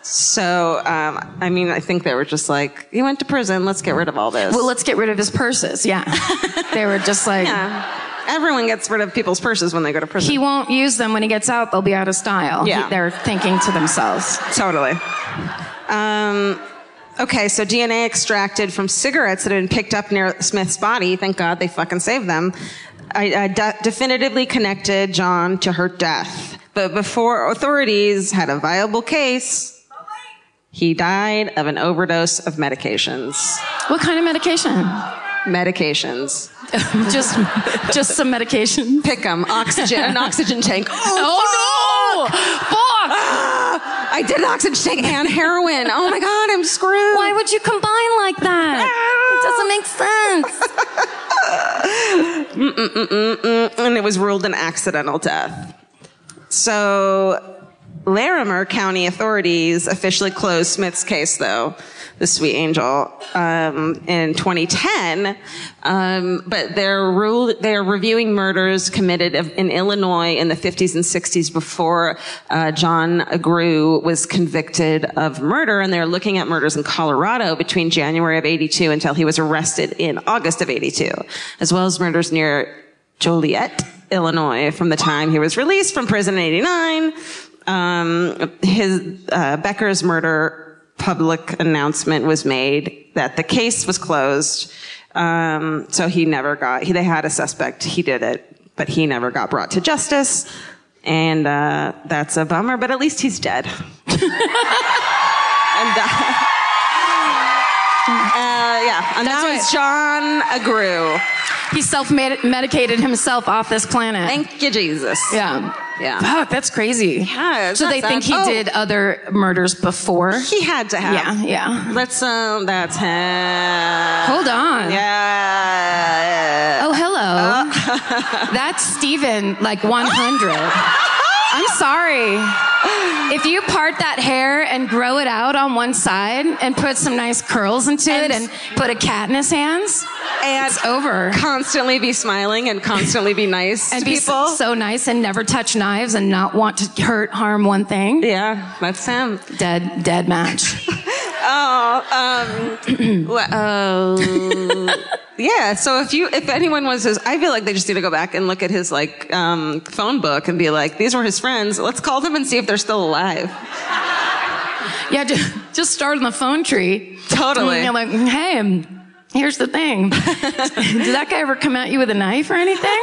Speaker 2: So, um, I mean, I think they were just like, he went to prison, let's get rid of all this.
Speaker 1: Well, let's get rid of his purses. Yeah. they were just like,
Speaker 2: yeah. Uh, Everyone gets rid of people's purses when they go to prison.
Speaker 1: he won't use them when he gets out. They'll be out of style.
Speaker 2: Yeah.
Speaker 1: He- they're thinking to themselves.
Speaker 2: totally. Um, okay, so DNA extracted from cigarettes that had been picked up near Smith's body. Thank God they fucking saved them. I, I de- definitively connected John to her death. But before authorities had a viable case, he died of an overdose of medications.
Speaker 1: What kind of medication?
Speaker 2: Medications.
Speaker 1: just, just some medication.
Speaker 2: Pick 'em. Oxygen. An oxygen tank.
Speaker 1: Oh no! Fuck!
Speaker 2: I did an oxygen tank and heroin. Oh my god, I'm screwed.
Speaker 1: Why would you combine like that? It doesn't make sense.
Speaker 2: and it was ruled an accidental death. So, Larimer County authorities officially closed Smith's case, though, the sweet angel, um, in 2010. Um, but they're, ruled, they're reviewing murders committed of- in Illinois in the 50s and 60s before uh, John Agrew was convicted of murder. And they're looking at murders in Colorado between January of 82 until he was arrested in August of 82, as well as murders near Joliet, Illinois, from the time he was released from prison in '89. Um, his uh, Becker's murder public announcement was made that the case was closed, um, so he never got. He, they had a suspect. He did it, but he never got brought to justice, and uh, that's a bummer. But at least he's dead. and. Uh, Uh, yeah, and that was John Agrew.
Speaker 1: He self-medicated himself off this planet.
Speaker 2: Thank you, Jesus.
Speaker 1: yeah.
Speaker 2: Yeah.
Speaker 1: Fuck, that's crazy.
Speaker 2: Yeah, it's
Speaker 1: so
Speaker 2: not
Speaker 1: they think
Speaker 2: sad.
Speaker 1: he
Speaker 2: Oh.
Speaker 1: did other murders before.
Speaker 2: He had to have.
Speaker 1: Yeah, yeah.
Speaker 2: Let's um that's him.
Speaker 1: Hold on.
Speaker 2: Yeah.
Speaker 1: Oh, hello.
Speaker 2: Uh,
Speaker 1: That's Steven, like 100. I'm sorry. If you part that hair and grow it out on one side and put some nice curls into it and put a cat in his hands,
Speaker 2: and
Speaker 1: it's over.
Speaker 2: constantly be smiling and constantly be nice
Speaker 1: And
Speaker 2: to
Speaker 1: be s-
Speaker 2: people.
Speaker 1: so nice and never touch knives and not want to hurt, harm one thing.
Speaker 2: yeah, that's him.
Speaker 1: Dead, dead match.
Speaker 2: Oh, um, wha- oh, yeah. So if you, if anyone was his, I feel like they just need to go back and look at his like um, phone book and be like, these were his friends. Let's call them and see if they're still alive.
Speaker 1: yeah, ju- just start on the phone tree.
Speaker 2: Totally.
Speaker 1: And you're like, hey, um, here's the thing. Did that guy ever come at you with a knife or anything?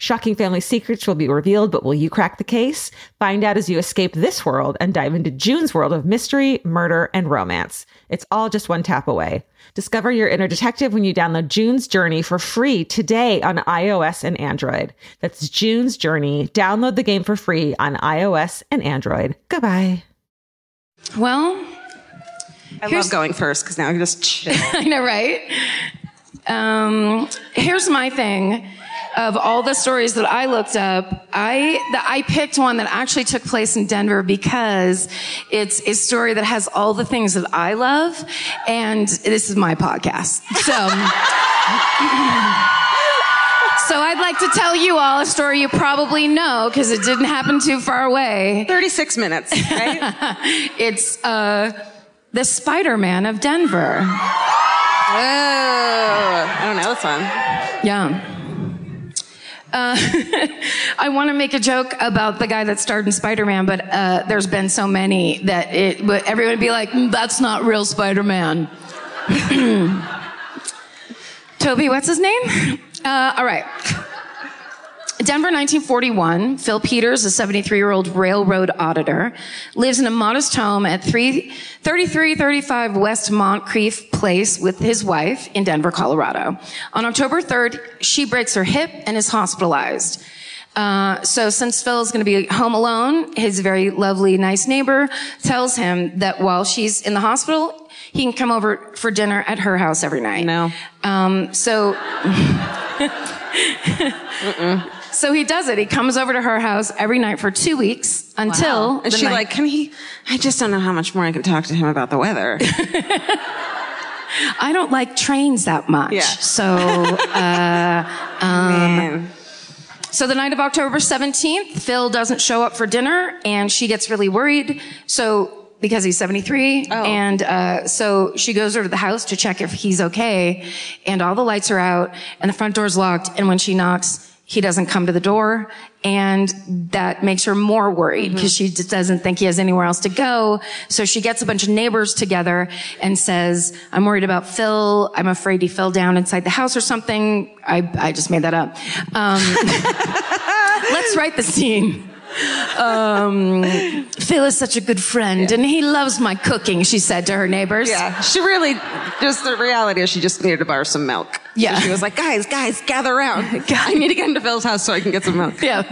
Speaker 4: Shocking family secrets will be revealed, but will you crack the case? Find out as you escape this world and dive into June's world of mystery, murder, and romance. It's all just one tap away. Discover your inner detective when you download June's Journey for free today on iOS and Android. That's June's Journey. Download the game for free on iOS and Android. Goodbye.
Speaker 1: Well,
Speaker 2: I
Speaker 1: Here's-
Speaker 2: love going first because now I can just chill.
Speaker 1: I know, right? Um, here's my thing. Of all the stories that I looked up, I the, I picked one that actually took place in Denver because it's a story that has all the things that I love, and this is my podcast. So. So I'd like to tell you all a story you probably know because it didn't happen too far away.
Speaker 2: 36 minutes, right?
Speaker 1: It's uh, the Spider-Man of Denver.
Speaker 2: oh, I don't know. That's fun.
Speaker 1: Yeah. Uh, I want to make a joke about the guy that starred in Spider-Man, but uh, there's been so many that it, but everyone would be like, "Mm, "That's not real Spider-Man." Toby, what's his name? Uh, all right. Denver, 1941. Phil Peters, a 73-year-old railroad auditor, lives in a modest home at 3, 3335 West Moncrief Place with his wife in Denver, Colorado. On October 3rd, she breaks her hip and is hospitalized. Uh, so since Phil is going to be home alone, his very lovely, nice neighbor tells him that while she's in the hospital, he can come over for dinner at her house every night.
Speaker 2: No.
Speaker 1: Um, so. So he does it. He comes over to her house every night for two weeks until
Speaker 2: And
Speaker 1: the
Speaker 2: she
Speaker 1: night-
Speaker 2: like, can he? I just don't know how much more I can talk to him about the weather.
Speaker 1: I don't like trains that much.
Speaker 2: Yeah.
Speaker 1: So, uh,
Speaker 2: Man.
Speaker 1: so the night of October 17th, Phil doesn't show up for dinner and she gets really worried. So, because he's 73. And, uh, so she goes over to the house to check if he's okay. And all the lights are out and the front door's locked. And when she knocks, he doesn't come to the door. And that makes her more worried because she just doesn't think he has anywhere else to go. So she gets a bunch of neighbors together and says, I'm worried about Phil. I'm afraid he fell down inside the house or something. I, I just made that up. Um, let's write the scene. Um, Phil is such a good friend and he loves my cooking, she said to her neighbors.
Speaker 2: Yeah, she really, just the reality is she just needed to borrow some milk. So
Speaker 1: Yeah.
Speaker 2: she was like, guys, guys, gather around. I need to get into Phil's house so I can get some milk.
Speaker 1: Yeah.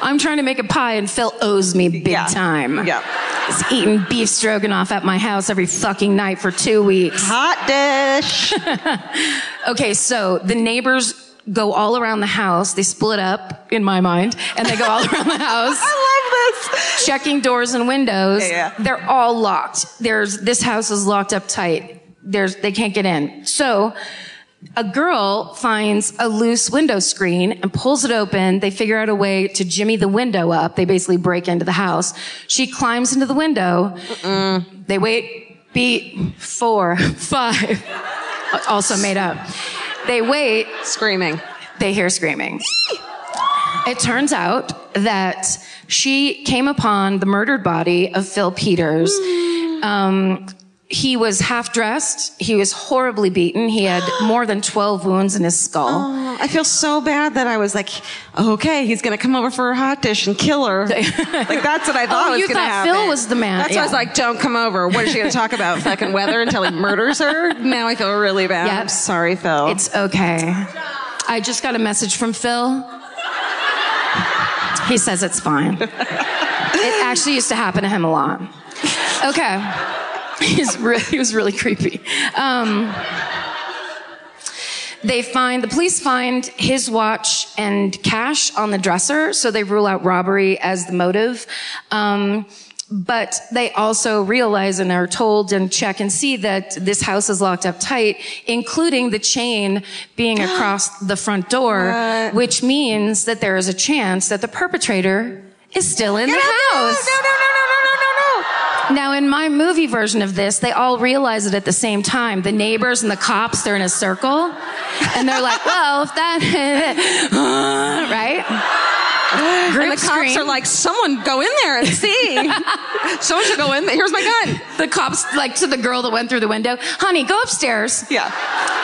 Speaker 1: I'm trying to make a pie and Phil owes me big
Speaker 2: Yeah.
Speaker 1: time.
Speaker 2: Yeah.
Speaker 1: He's eating beef stroganoff at my house every fucking night for two weeks.
Speaker 2: Hot dish.
Speaker 1: Okay, so the neighbors go all around the house. They split up, in my mind, and they go all around the house.
Speaker 2: I love this.
Speaker 1: checking doors and windows.
Speaker 2: Yeah, yeah.
Speaker 1: They're all locked. There's this house is locked up tight. There's they can't get in. So a girl finds a loose window screen and pulls it open. They figure out a way to jimmy the window up. They basically break into the house. She climbs into the window. They wait. beat four, five, also made up. They wait,
Speaker 2: Screaming.
Speaker 1: they hear screaming. It turns out that she came upon the murdered body of Phil Peters. Um, he was half dressed. He was horribly beaten. He had more than 12 wounds in his skull.
Speaker 2: Oh, I feel so bad that I was like, okay, he's gonna come over for a hot dish and kill her. like that's what I thought
Speaker 1: Oh,
Speaker 2: was
Speaker 1: you
Speaker 2: gonna
Speaker 1: thought
Speaker 2: happen.
Speaker 1: Phil was the man.
Speaker 2: That's why I was
Speaker 1: Yeah.
Speaker 2: like, don't come over. What is she gonna talk about? Fucking weather until he murders her. Now I feel really bad.
Speaker 1: Yep.
Speaker 2: I'm sorry, Phil.
Speaker 1: It's okay. I just got a message from Phil. He says it's fine. It actually used to happen to him a lot. Okay. He's re- he was really creepy. Um, they find the police find his watch and cash on the dresser, so they rule out robbery as the motive. Um, but they also realize and are told and check and see that this house is locked up tight, including the chain being across the front door, which means that there is a chance that the perpetrator is still in the house.
Speaker 2: No, no, no, no, no, no, no, no.
Speaker 1: Now, in my movie version of this, they all realize it at the same time. The neighbors and the cops, they're in a circle. And they're like, well, if that, right? Group
Speaker 2: And the cops
Speaker 1: scream.
Speaker 2: are like, someone go in there and see. someone should go in there. Here's my gun.
Speaker 1: the cops, like to the girl that went through the window, honey, go upstairs,
Speaker 2: Yeah.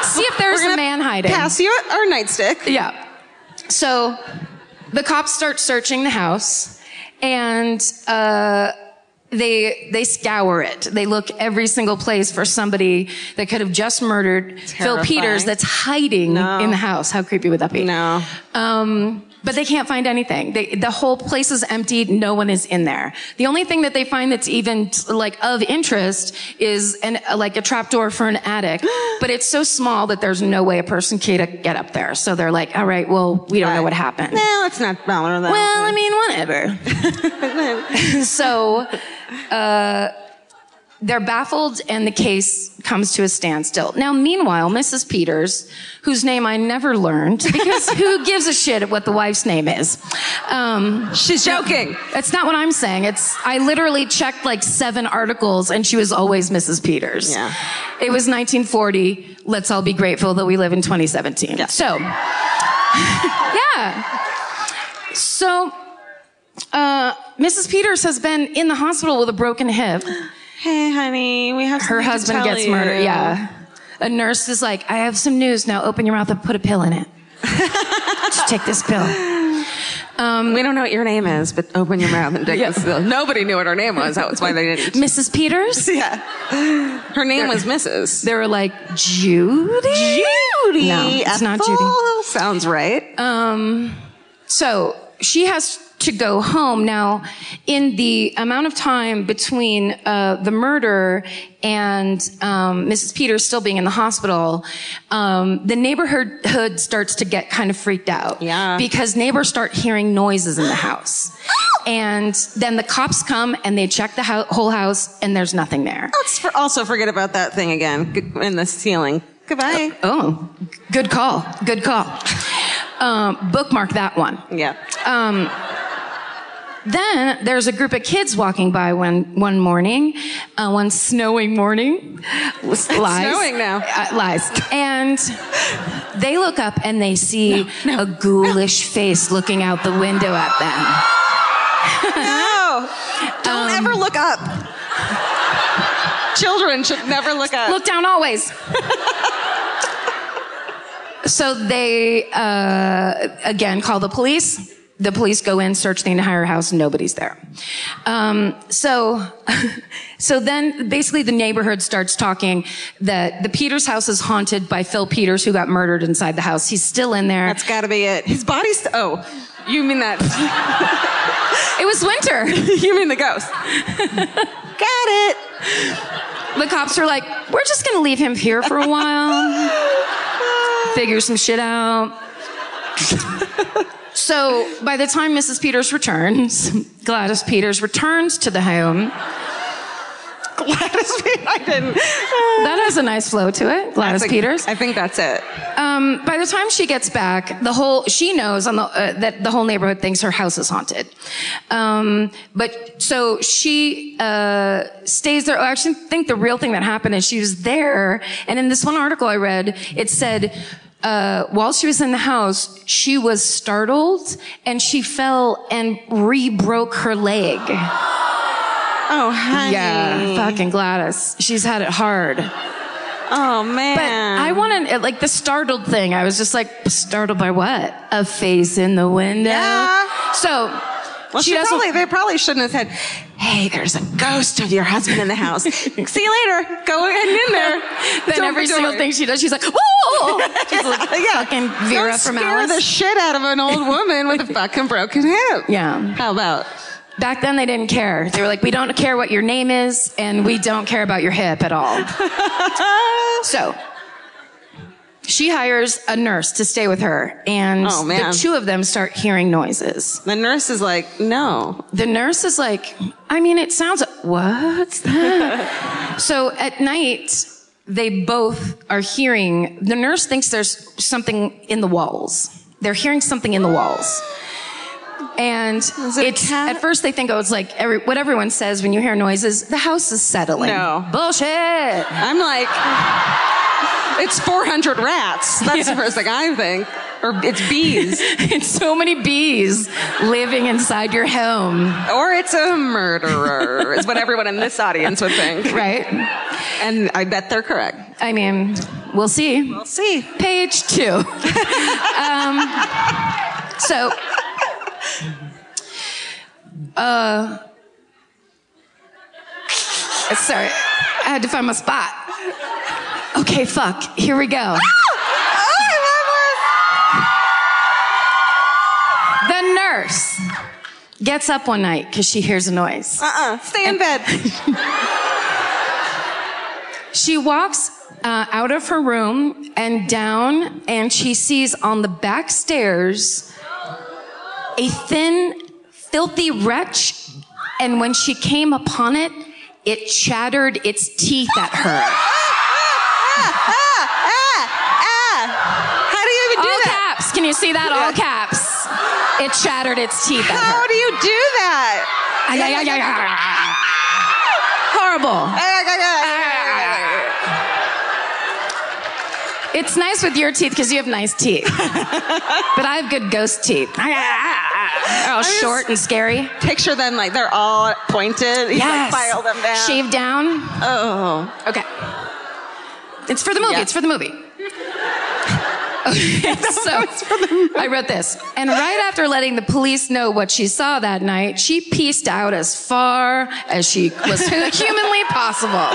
Speaker 1: see if there's a
Speaker 2: gonna
Speaker 1: man hiding.
Speaker 2: Pass you our nightstick.
Speaker 1: Yeah. So the cops start searching the house and uh, they they scour it. They look every single place for somebody that could have just murdered Phil
Speaker 2: Terrifying.
Speaker 1: Peters that's hiding
Speaker 2: No.
Speaker 1: in the house. How creepy would that be?
Speaker 2: No.
Speaker 1: Um, but they can't find anything. They, the whole place is emptied. No one is in there. The only thing that they find that's even like of interest is an like a trapdoor for an attic, but it's so small that there's no way a person can get up there. So they're like, all right, well, we don't know what happened.
Speaker 2: No, it's not Valor though.
Speaker 1: Well, I mean, whatever. so uh, they're baffled, and the case comes to a standstill. Now, meanwhile, Mrs. Peters, whose name I never learned, because who gives a shit what the wife's name is? Um,
Speaker 2: she's joking.
Speaker 1: that's not what I'm saying. It's I literally checked like seven articles, and she was always Mrs. Peters.
Speaker 2: Yeah.
Speaker 1: It was 1940. Let's all be grateful that we live in 2017. So, yeah. So, uh, Mrs. Peters has been in the hospital with a broken hip.
Speaker 2: Hey, honey, we have
Speaker 1: Her
Speaker 2: something to
Speaker 1: husband
Speaker 2: tell
Speaker 1: gets
Speaker 2: you.
Speaker 1: murdered. Yeah. A nurse is like, I have some news. Now open your mouth and put a pill in it. Just take this pill.
Speaker 2: We don't know what your name is, but open your mouth and take
Speaker 1: Yeah.
Speaker 2: this. pill. Nobody knew what her name was. That's why they didn't.
Speaker 1: Mrs. Peters?
Speaker 2: Yeah. Her name was Mrs.
Speaker 1: They were like, Judy?
Speaker 2: Judy.
Speaker 1: No, it's not
Speaker 2: Ethel.
Speaker 1: Judy.
Speaker 2: Sounds right.
Speaker 1: Um, so she has to go home now. In the amount of time between uh, the murder and um, Mrs. Peters still being in the hospital, um, the neighborhood hood starts to get kind of freaked out.
Speaker 2: Yeah.
Speaker 1: Because neighbors start hearing noises in the house. And then the cops come and they check the ho- whole house and there's nothing there.
Speaker 2: Let's for, also forget about that thing again Good- in the ceiling. Goodbye.
Speaker 1: Oh, good call. Good call. Um, bookmark that one.
Speaker 2: Yeah.
Speaker 1: Um, then there's a group of kids walking by one one morning, uh, one snowing morning. Lies.
Speaker 2: snowing now.
Speaker 1: Uh, lies. And they look up and they see a ghoulish face looking out the window at them.
Speaker 2: No.
Speaker 1: um,
Speaker 2: Don't ever look up. Children should never look up.
Speaker 1: Look down always. so they uh, again call the police. The police go in, search the entire house, nobody's there. Um, so, so then basically the neighborhood starts talking that the Peters house is haunted by Phil Peters, who got murdered inside the house. He's still in there.
Speaker 2: That's got to be it. His body's. oh, you mean that?
Speaker 1: it was winter.
Speaker 2: you mean the ghost? got it.
Speaker 1: the cops are like, we're just gonna leave him here for a while, figure some shit out. so by the time Mrs. Peters returns, Gladys Peters returns to the home.
Speaker 2: Gladys see. I didn't.
Speaker 1: That has a nice flow to it, Gladys
Speaker 2: Like,
Speaker 1: Peters.
Speaker 2: I think that's it.
Speaker 1: Um, by the time she gets back, the whole she knows on the, uh, that the whole neighborhood thinks her house is haunted. Um, but so she uh, stays there. I actually think the real thing that happened is she was there, and in this one article I read, it said. Uh, while she was in the house, she was startled and she fell and re-broke her leg.
Speaker 2: Oh, honey.
Speaker 1: Yeah, fucking Gladys. She's had it hard.
Speaker 2: Oh
Speaker 1: But
Speaker 2: man.
Speaker 1: I want to like the startled thing. I was just like startled by what? A face in the window.
Speaker 2: Yeah.
Speaker 1: So
Speaker 2: Well, she,
Speaker 1: she, doesn't.
Speaker 2: probably, they probably shouldn't have said, hey, there's a ghost of your husband in the house. See you later. Go and in there.
Speaker 1: then
Speaker 2: Don't
Speaker 1: every
Speaker 2: be
Speaker 1: single
Speaker 2: doing-
Speaker 1: thing she does, she's like, whoa! She's like
Speaker 2: Yeah.
Speaker 1: fucking Vera
Speaker 2: Don't
Speaker 1: from
Speaker 2: scare
Speaker 1: Alice.
Speaker 2: the shit out of an old woman with a fucking broken hip.
Speaker 1: Yeah.
Speaker 2: How about?
Speaker 1: Back then they didn't care. They were like, we don't care what your name is, and we don't care about your hip at all. so she hires a nurse to stay with her, and
Speaker 2: Oh, man.
Speaker 1: the two of them start hearing noises.
Speaker 2: The nurse is like, no.
Speaker 1: the nurse is like, I mean, it sounds, what's that? so at night, they both are hearing, the nurse thinks there's something in the walls. They're hearing something in the walls. And
Speaker 2: it a
Speaker 1: it's,
Speaker 2: cat?
Speaker 1: at first they think, oh, it's like every, what everyone says when you hear noises, the house is settling.
Speaker 2: No.
Speaker 1: Bullshit.
Speaker 2: I'm like, it's 400 rats. That's the first thing I think. Or it's bees.
Speaker 1: it's so many bees living inside your home,
Speaker 2: or it's a murderer, is what everyone in this audience would think.
Speaker 1: right?
Speaker 2: And I bet they're correct.
Speaker 1: I mean, we'll see.
Speaker 2: We'll see.
Speaker 1: page two. um, so, uh, sorry, I had to find my spot. Okay, fuck, here we go. The nurse gets up one night because she hears a noise.
Speaker 2: Uh-uh. Stay in bed.
Speaker 1: She walks uh, out of her room and down, and she sees on the back stairs a thin, filthy wretch. And when she came upon it, it chattered its teeth at her.
Speaker 2: How do you even do
Speaker 1: All
Speaker 2: that?
Speaker 1: caps. Can you see that? All caps. It chattered its teeth at
Speaker 2: How
Speaker 1: her.
Speaker 2: do you do that?
Speaker 1: Ah, yeah, yeah, yeah, yeah. Horrible. It's nice with your teeth because you have nice teeth. but I have good ghost teeth. They're all short and scary.
Speaker 2: Picture them like they're all pointed. You
Speaker 1: Yes.
Speaker 2: like file them down.
Speaker 1: Shave down.
Speaker 2: Oh.
Speaker 1: Okay. It's for the movie.
Speaker 2: Yeah.
Speaker 1: It's for the movie. Okay, so I wrote this. And right after letting the police know what she saw that night, she pieced out as far as she was humanly possible.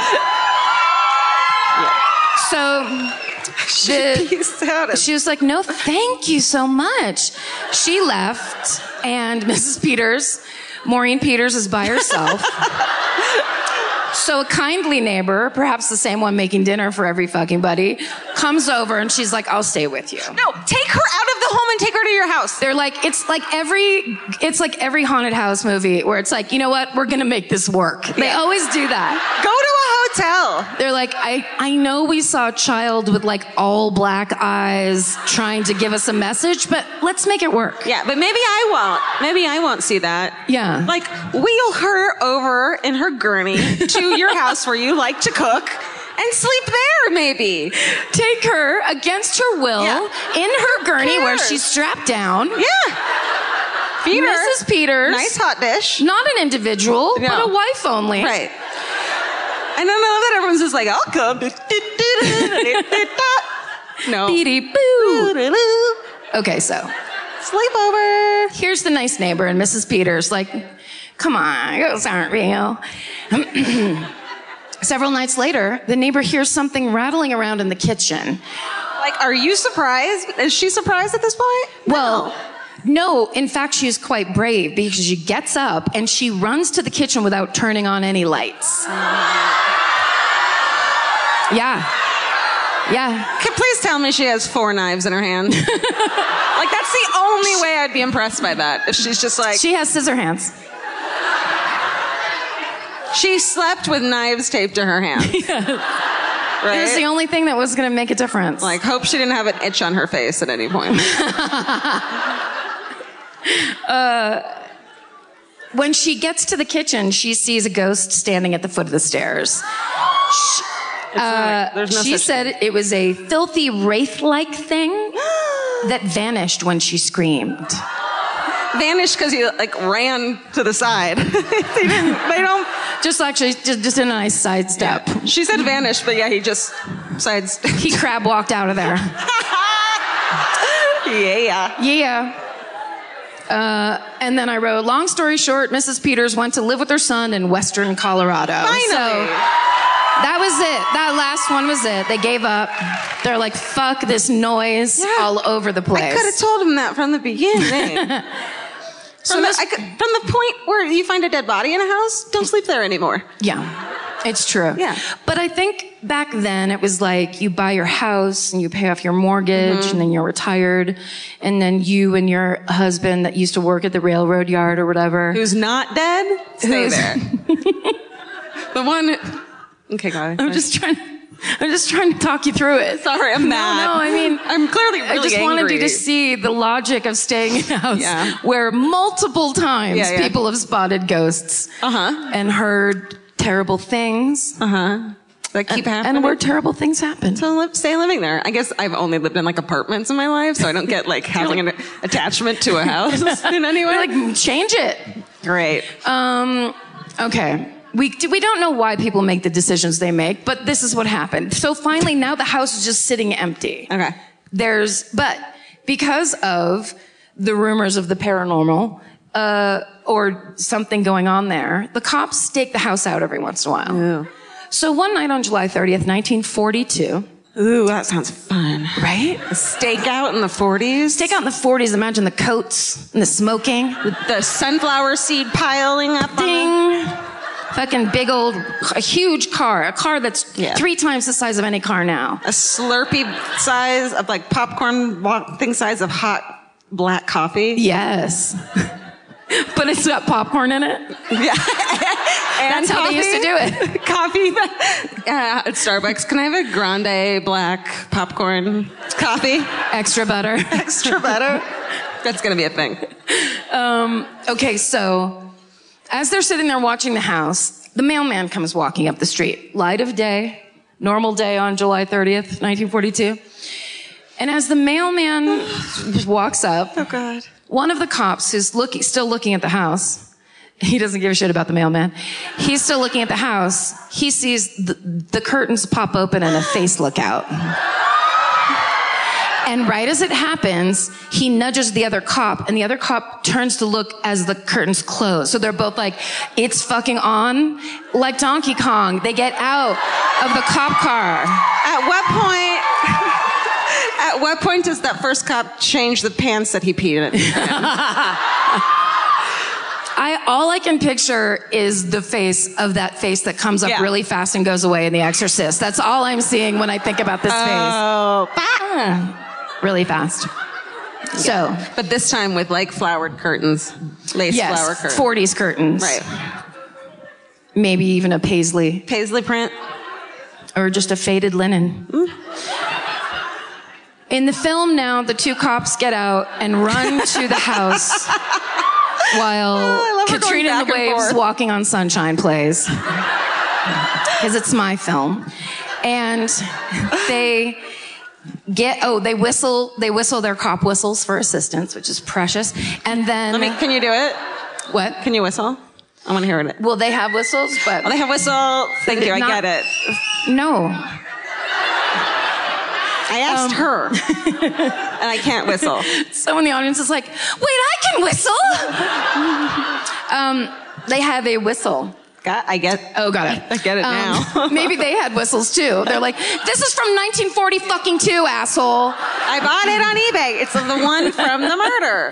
Speaker 1: So the-
Speaker 2: Peace out.
Speaker 1: she was like, no, thank you so much. She left, and Mrs. Peters, Maureen Peters, is by herself. so a kindly neighbor, perhaps the same one making dinner for every fucking buddy, comes over and she's like, I'll stay with you.
Speaker 2: No, take her out of the home and take her to your house.
Speaker 1: They're like, it's like every, it's like every haunted house movie where it's like, you know what, we're gonna make this work. They always do that.
Speaker 2: Go to a hotel.
Speaker 1: They're like, I, I know we saw a child with like all black eyes trying to give us a message, but let's make it work.
Speaker 2: Yeah, but maybe I won't. Maybe I won't see that.
Speaker 1: Yeah.
Speaker 2: Like, wheel her over in her gurney to your house where you like to cook and sleep there, maybe.
Speaker 1: Take her against her will
Speaker 2: Yeah.
Speaker 1: in her gurney where
Speaker 2: cares?
Speaker 1: she's strapped down.
Speaker 2: Yeah. Feed her.
Speaker 1: Mrs. Peters.
Speaker 2: Nice hot dish.
Speaker 1: Not an individual, but
Speaker 2: No.
Speaker 1: a wife only.
Speaker 2: Right. And then I love that everyone's just like, I'll come. no.
Speaker 1: Beady boo. Okay, so
Speaker 2: Sleepover.
Speaker 1: here's the nice neighbor and Mrs. Peters, like, come on, those aren't real. Several nights later, the neighbor hears something rattling around in the kitchen.
Speaker 2: Like, are you surprised? Is she surprised at this point?
Speaker 1: Well, no, in fact, she is quite brave because she gets up and she runs to the kitchen without turning on any lights. Yeah. Yeah.
Speaker 2: Can, please tell me she has four knives in her hand. like, that's the only way I'd be impressed by that. If she's just like,
Speaker 1: She has scissor hands.
Speaker 2: She slept with knives taped to her hands. Right?
Speaker 1: It was the only thing that was going to make a difference.
Speaker 2: like, hope she didn't have an itch on her face at any point.
Speaker 1: when she gets to the kitchen, she sees a ghost standing at the foot of the stairs. She, uh,
Speaker 2: there's no
Speaker 1: she
Speaker 2: such
Speaker 1: said it was a filthy wraith like thing that vanished when she screamed.
Speaker 2: Vanished because he like ran to the side. they didn't. They don't.
Speaker 1: Just actually, just, just in a nice sidestep.
Speaker 2: She said vanished, but yeah, he just sides.
Speaker 1: He crab walked out of there.
Speaker 2: yeah.
Speaker 1: Yeah. Uh, and then I wrote, long story short, Mrs. Peters went to live with her son in western Colorado.
Speaker 2: Finally.
Speaker 1: So that was it. That last one was it. They gave up. They're like, fuck this noise
Speaker 2: Yeah.
Speaker 1: all over the place.
Speaker 2: I could have told him that from the beginning. from, the, I could, from the point where you find a dead body in a house, don't sleep there anymore.
Speaker 1: Yeah. It's true.
Speaker 2: Yeah.
Speaker 1: But I think back then it was like you buy your house and you pay off your mortgage and then you're retired. And then you and your husband that used to work at the railroad yard or whatever.
Speaker 2: Who's not dead? Stay
Speaker 1: Who's-
Speaker 2: there. the one. Okay, go ahead.
Speaker 1: I'm just trying I'm just trying to talk you through it.
Speaker 2: Sorry, I'm mad.
Speaker 1: No, no, I mean
Speaker 2: I'm clearly
Speaker 1: I
Speaker 2: really
Speaker 1: just wanted you
Speaker 2: angry.
Speaker 1: to see the logic of staying in a house
Speaker 2: Yeah.
Speaker 1: where multiple times
Speaker 2: Yeah, yeah.
Speaker 1: people have spotted ghosts
Speaker 2: Uh-huh.
Speaker 1: and heard terrible things.
Speaker 2: Uh huh. That keep happening.
Speaker 1: And where terrible things happen.
Speaker 2: to li- stay living there. I guess I've only lived in like apartments in my life, so I don't get like having an attachment to a house in any way.
Speaker 1: They're like, change it.
Speaker 2: Great.
Speaker 1: Um, okay. We, we don't know why people make the decisions they make, but this is what happened. So finally, now the house is just sitting empty.
Speaker 2: Okay.
Speaker 1: There's, but because of the rumors of the paranormal, uh, or something going on there, the cops stake the house out every once in a while. So one night on July 30th, 1942,
Speaker 2: Ooh, that sounds fun.
Speaker 1: right?
Speaker 2: Stakeout in the 40s.
Speaker 1: Take out in the 40s, imagine the coats and the smoking.
Speaker 2: the sunflower seed piling up. on the-
Speaker 1: Ding. Fucking big old, a huge car, a car that's
Speaker 2: Yeah.
Speaker 1: three times the size of any car now.
Speaker 2: a slurpy size of like popcorn wa- thing size of hot black coffee.
Speaker 1: Yes. but it's got popcorn in it.
Speaker 2: Yeah.
Speaker 1: That's how they used to do it.
Speaker 2: Coffee uh, at Starbucks. Can I have a grande black popcorn coffee?
Speaker 1: Extra butter.
Speaker 2: Extra butter. That's gonna be a thing.
Speaker 1: Um, okay, so as they're sitting there watching the house, the mailman comes walking up the street. Light of day, normal day on July 30th, 1942. And as the mailman walks up,
Speaker 2: Oh God.
Speaker 1: One of the cops who's looking, still looking at the house, he doesn't give a shit about the mailman. He's still looking at the house. He sees the, the curtains pop open and a face look out. And right as it happens, he nudges the other cop, and the other cop turns to look as the curtains close. So they're both like, it's fucking on. Like Donkey Kong, they get out of the cop car.
Speaker 2: At what point? At what point does that first cop change the pants that he peed in?
Speaker 1: I, all I can picture is the face of that face that comes up
Speaker 2: Yeah.
Speaker 1: really fast and goes away in The Exorcist. That's all I'm seeing when I think about this
Speaker 2: Oh,
Speaker 1: face. Really fast. So,
Speaker 2: but this time with like flowered curtains, lace flower
Speaker 1: yes,
Speaker 2: curtains.
Speaker 1: 40s curtains.
Speaker 2: Right.
Speaker 1: Maybe even a paisley
Speaker 2: Paisley print.
Speaker 1: or just a faded linen.
Speaker 2: Hmm?
Speaker 1: In the film now, the two cops get out and run to the house while
Speaker 2: Oh, I love her going
Speaker 1: Katrina
Speaker 2: back
Speaker 1: and the
Speaker 2: and
Speaker 1: Waves
Speaker 2: forth.
Speaker 1: Walking on Sunshine plays. Because it's my film. And they get oh, they whistle, they whistle their cop whistles for assistance, which is precious. And then
Speaker 2: Let me. Can you do it?
Speaker 1: what?
Speaker 2: Can you whistle? I want to hear it.
Speaker 1: Well, they have whistles, but
Speaker 2: Oh, they have whistle. Thank you. I
Speaker 1: Not-
Speaker 2: get it.
Speaker 1: no.
Speaker 2: I asked
Speaker 1: Um,
Speaker 2: her, and I can't whistle.
Speaker 1: Someone in the audience is like, wait, I can whistle. um, they have a whistle.
Speaker 2: Got, I get.
Speaker 1: Oh, got it.
Speaker 2: I get it now.
Speaker 1: maybe they had whistles too. They're like, this is from 1940 fucking two, asshole.
Speaker 2: I bought it on eBay. It's the one from the murder.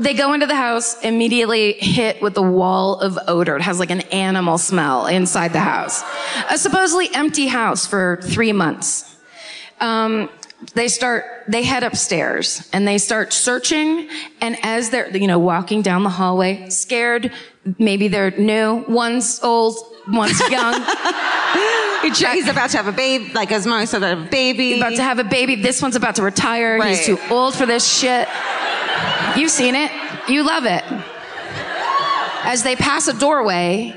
Speaker 1: They go into the house, immediately hit with the wall of odor. It has like an animal smell inside the house. A supposedly empty house for three months. Um, they start, they head upstairs and they start searching. And as they're, you know, walking down the hallway, scared, Maybe they're new. One's old, one's young.
Speaker 2: He's about to have a baby, like as Molly said, a baby.
Speaker 1: about to have a baby. This one's about to retire. He's
Speaker 2: Right.
Speaker 1: too old for this shit. You've seen it. You love it. As they pass a doorway,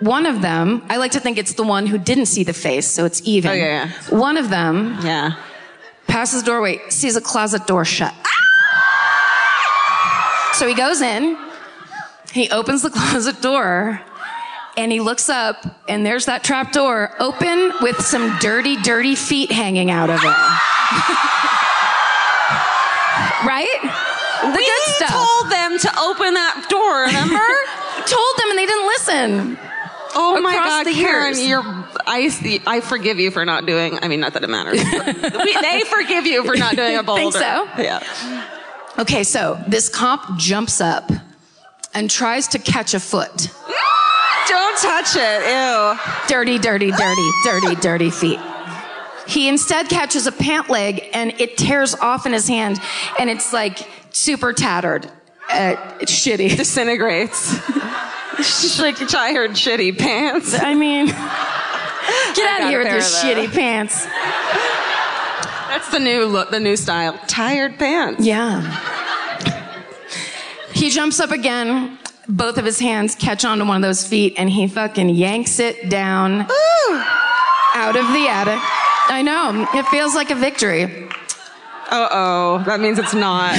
Speaker 1: one of them, I like to think it's the one who didn't see the face, so it's even.
Speaker 2: Oh, yeah,
Speaker 1: One of them
Speaker 2: yeah.
Speaker 1: passes the doorway, sees a closet door shut. Ah! So he goes in, he opens the closet door, and he looks up, and there's that trap door open with some dirty, dirty feet hanging out of it. right? The
Speaker 2: we
Speaker 1: good stuff.
Speaker 2: told them to open that door. Remember?
Speaker 1: told them, and they didn't listen.
Speaker 2: oh my
Speaker 1: Across
Speaker 2: God,
Speaker 1: the
Speaker 2: Karen,
Speaker 1: years.
Speaker 2: you're. I I forgive you for not doing. I mean, not that it matters. but we, they forgive you for not doing a boulder.
Speaker 1: Think so?
Speaker 2: Yeah.
Speaker 1: Okay, so this cop jumps up and tries to catch a foot.
Speaker 2: Don't touch it. Ew.
Speaker 1: dirty, dirty, dirty, dirty, dirty feet. He instead catches a pant leg and it tears off in his hand and it's like super tattered. Uh, it's shitty.
Speaker 2: Disintegrates. She's like, I heard shitty pants.
Speaker 1: I mean, get out
Speaker 2: got
Speaker 1: of
Speaker 2: a
Speaker 1: here with
Speaker 2: pair
Speaker 1: your
Speaker 2: of those.
Speaker 1: shitty pants.
Speaker 2: That's the new look, the new style. Tired pants.
Speaker 1: Yeah. He jumps up again. Both of his hands catch onto one of those feet and he fucking yanks it down out of the attic. I know. It feels like a victory.
Speaker 2: Uh oh. That means it's not.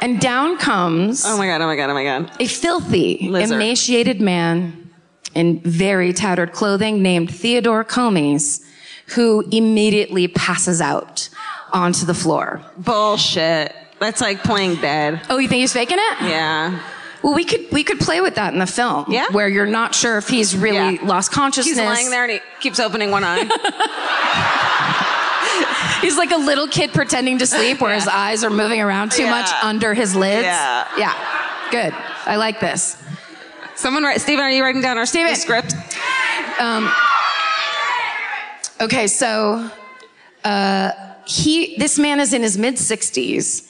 Speaker 1: And down comes.
Speaker 2: Oh my god, oh my god, oh my god.
Speaker 1: a filthy,
Speaker 2: Lizard.
Speaker 1: emaciated man in very tattered clothing named Theodore Comes, who immediately passes out onto the floor.
Speaker 2: Bullshit. That's like playing dead.
Speaker 1: Oh, you think he's faking it?
Speaker 2: Yeah.
Speaker 1: Well, we could we could play with that in the film,
Speaker 2: Yeah.
Speaker 1: where you're not sure if he's really
Speaker 2: Yeah.
Speaker 1: lost consciousness.
Speaker 2: He's lying there and he keeps opening one eye.
Speaker 1: He's like a little kid pretending to sleep, where his eyes are moving around too
Speaker 2: Yeah.
Speaker 1: much under his lids.
Speaker 2: Yeah.
Speaker 1: yeah, good. I like this.
Speaker 2: Someone write Steven, are you writing down our
Speaker 1: Steven.
Speaker 2: the script?
Speaker 1: Okay, so uh, he, this man is in his mid 60s.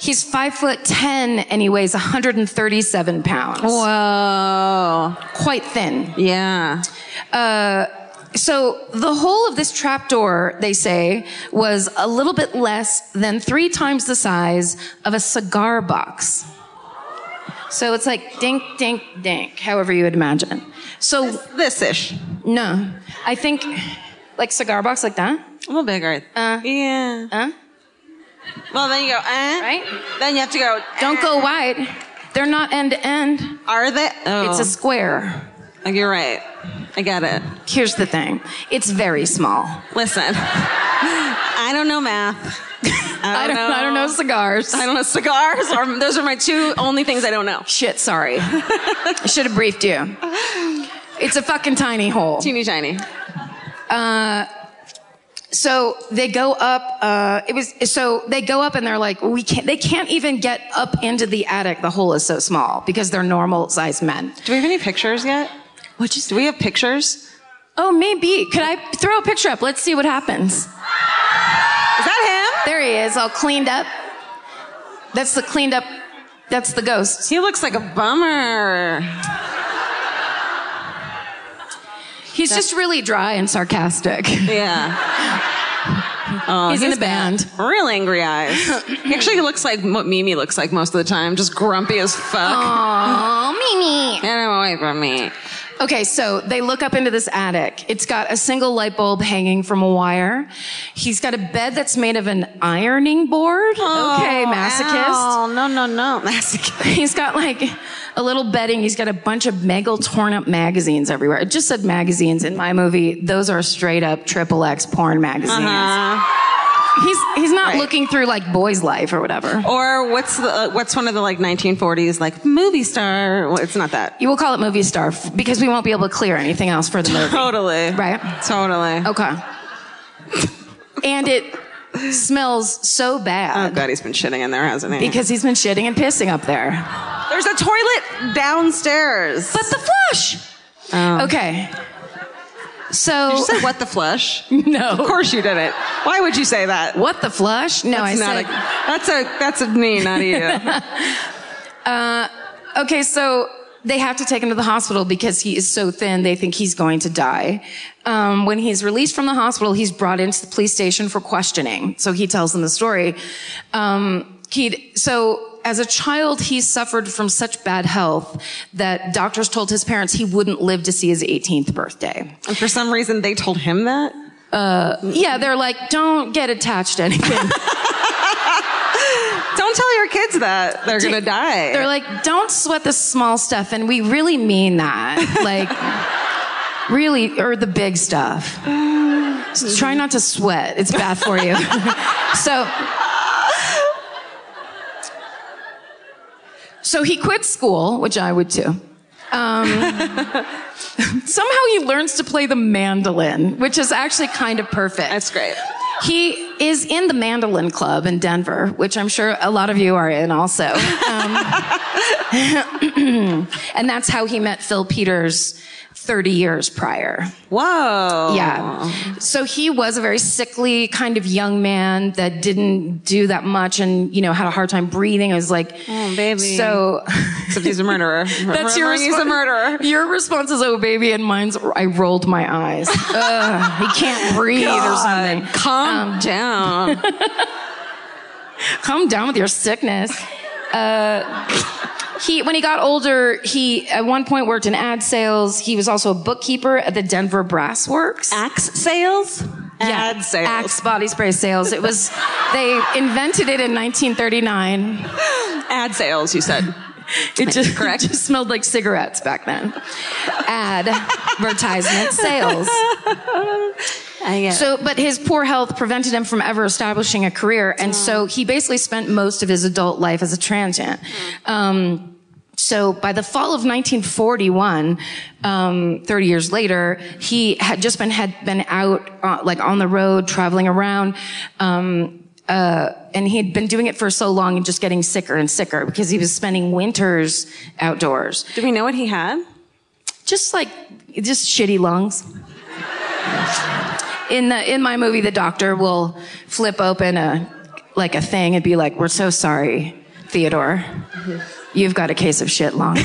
Speaker 1: He's five foot ten and he weighs 137 pounds.
Speaker 2: Whoa.
Speaker 1: Quite thin.
Speaker 2: Oh, Yeah.
Speaker 1: Uh, so the whole of this trapdoor, they say, was a little bit less than three times the size of a cigar box. So it's like dink, dink, dink, however you would imagine. So
Speaker 2: This ish.
Speaker 1: no, I think like cigar box like that.
Speaker 2: A little bigger.
Speaker 1: Uh.
Speaker 2: yeah.
Speaker 1: Huh?
Speaker 2: Well, then you go, uh.
Speaker 1: Right?
Speaker 2: Then you have to go, uh.
Speaker 1: Don't go wide. They're not end to end.
Speaker 2: Are they? Oh.
Speaker 1: It's a square.
Speaker 2: Oh, You're right. I get it.
Speaker 1: Here's the thing. It's very small.
Speaker 2: Listen, I don't know math. I don't, know.
Speaker 1: I don't know cigars.
Speaker 2: I don't know cigars. Or, those are my two only things I don't know.
Speaker 1: Shit, sorry. I should have briefed you. It's a fucking tiny hole.
Speaker 2: Teeny tiny.
Speaker 1: So they go up. Uh, it was so they go up and they're like, we can't. They can't even get up into the attic. The hole is so small because they're normal sized men.
Speaker 2: Do we have any pictures yet?
Speaker 1: Which is
Speaker 2: Do we have pictures? Is
Speaker 1: oh maybe. Could I throw a picture up? Let's see what happens.
Speaker 2: that him?
Speaker 1: There he is, all cleaned up. That's the cleaned up. That's the ghost.
Speaker 2: He looks like a bummer.
Speaker 1: He's just really dry and sarcastic.
Speaker 2: Yeah. Oh,
Speaker 1: He's in a
Speaker 2: got
Speaker 1: band.
Speaker 2: Real angry eyes. He actually looks like what Mimi looks like most of the time, just grumpy as fuck.
Speaker 1: Oh, Mimi.
Speaker 2: Get him away from me.
Speaker 1: Okay, so they look up into this attic. It's got a single light bulb hanging from a wire. He's got a bed that's made of an ironing board. okay, masochist.
Speaker 2: Oh, no, no, no. Masochist.
Speaker 1: He's got like a little bedding. He's got a bunch of Meggle torn up magazines everywhere. It just said magazines in my movie. Those are straight up triple X porn magazines.
Speaker 2: Uh,
Speaker 1: He's he's not
Speaker 2: Right.
Speaker 1: looking through like boy's life or whatever.
Speaker 2: or what's the uh, what's one of the like 1940s like movie star? Well, it's not that.
Speaker 1: You will call it movie star f- because we won't be able to clear anything else for the movie.
Speaker 2: Totally.
Speaker 1: Right. Oh,
Speaker 2: Totally.
Speaker 1: Okay. and it smells so
Speaker 2: Oh
Speaker 1: bad
Speaker 2: god, he's been shitting in there, hasn't he?
Speaker 1: because he's been shitting and pissing up there.
Speaker 2: there's a toilet downstairs.
Speaker 1: But the flush. Oh. Okay. So
Speaker 2: Did you say what the flush? Of
Speaker 1: no.
Speaker 2: course you didn't. Why would you say that?
Speaker 1: What the flush? No,
Speaker 2: That's
Speaker 1: I
Speaker 2: not
Speaker 1: said.
Speaker 2: a, that's a that's a me, not a you.
Speaker 1: Okay, so they have to take him to the hospital because he is so thin, they think he's going to die. Um, when he's released from the hospital, he's brought into the police station for questioning. So he tells them the story. Um, he so as a child, he suffered from such bad health that doctors told his parents he wouldn't live to see his 18th birthday.
Speaker 2: And for some reason, they told him that.
Speaker 1: Yeah, they're like, don't get attached to anything.
Speaker 2: Don't tell your kids that they're gonna die.
Speaker 1: They're like, don't sweat the small stuff. And we really mean that. Like, really, or the big stuff. Just try not to sweat, it's bad for you. so. So he quits school, which I would too. Um, somehow he learns to play the mandolin, which is actually kind of perfect.
Speaker 2: that's great.
Speaker 1: He is in the Mandolin Club in Denver, which I'm sure a lot of you are in also. Um, and that's how he met Phil Peters 30 years prior.
Speaker 2: Whoa.
Speaker 1: Yeah. So he was a very sickly kind of young man that didn't do that much and, you know, had a hard time breathing. I was like,
Speaker 2: Oh, baby.
Speaker 1: So
Speaker 2: Except he's a murderer.
Speaker 1: that's your
Speaker 2: Remembering
Speaker 1: response.
Speaker 2: He's a murderer.
Speaker 1: Your response is, oh, baby. And mine's, I rolled my eyes. Ugh, he can't breathe or something.
Speaker 2: Calm down.
Speaker 1: calm down with your sickness. Uh, he, when he got older, he at one point worked in ad sales. He was also a bookkeeper at the Denver Brass Works.
Speaker 2: Axe sales. Ad sales.
Speaker 1: Axe body spray sales. It was, they invented it in 1939.
Speaker 2: Ad sales. You said.
Speaker 1: It just,
Speaker 2: Correct.
Speaker 1: it just smelled like cigarettes back then. Ad, advertisement, sales. So, but his poor health prevented him from ever establishing a career, and so he basically spent most of his adult life as a transient. Um, so by the fall of 1941, um, 30 years later, he had just been had been out uh, like on the road, traveling around. Um, uh, and he had been doing it for so long and just getting sicker and sicker because he was spending winters outdoors.
Speaker 2: Do we know what he had?
Speaker 1: Just like, just shitty lungs in the in my movie the doctor will flip open a like a thing and be like we're so sorry theodore you've got a case of shit lung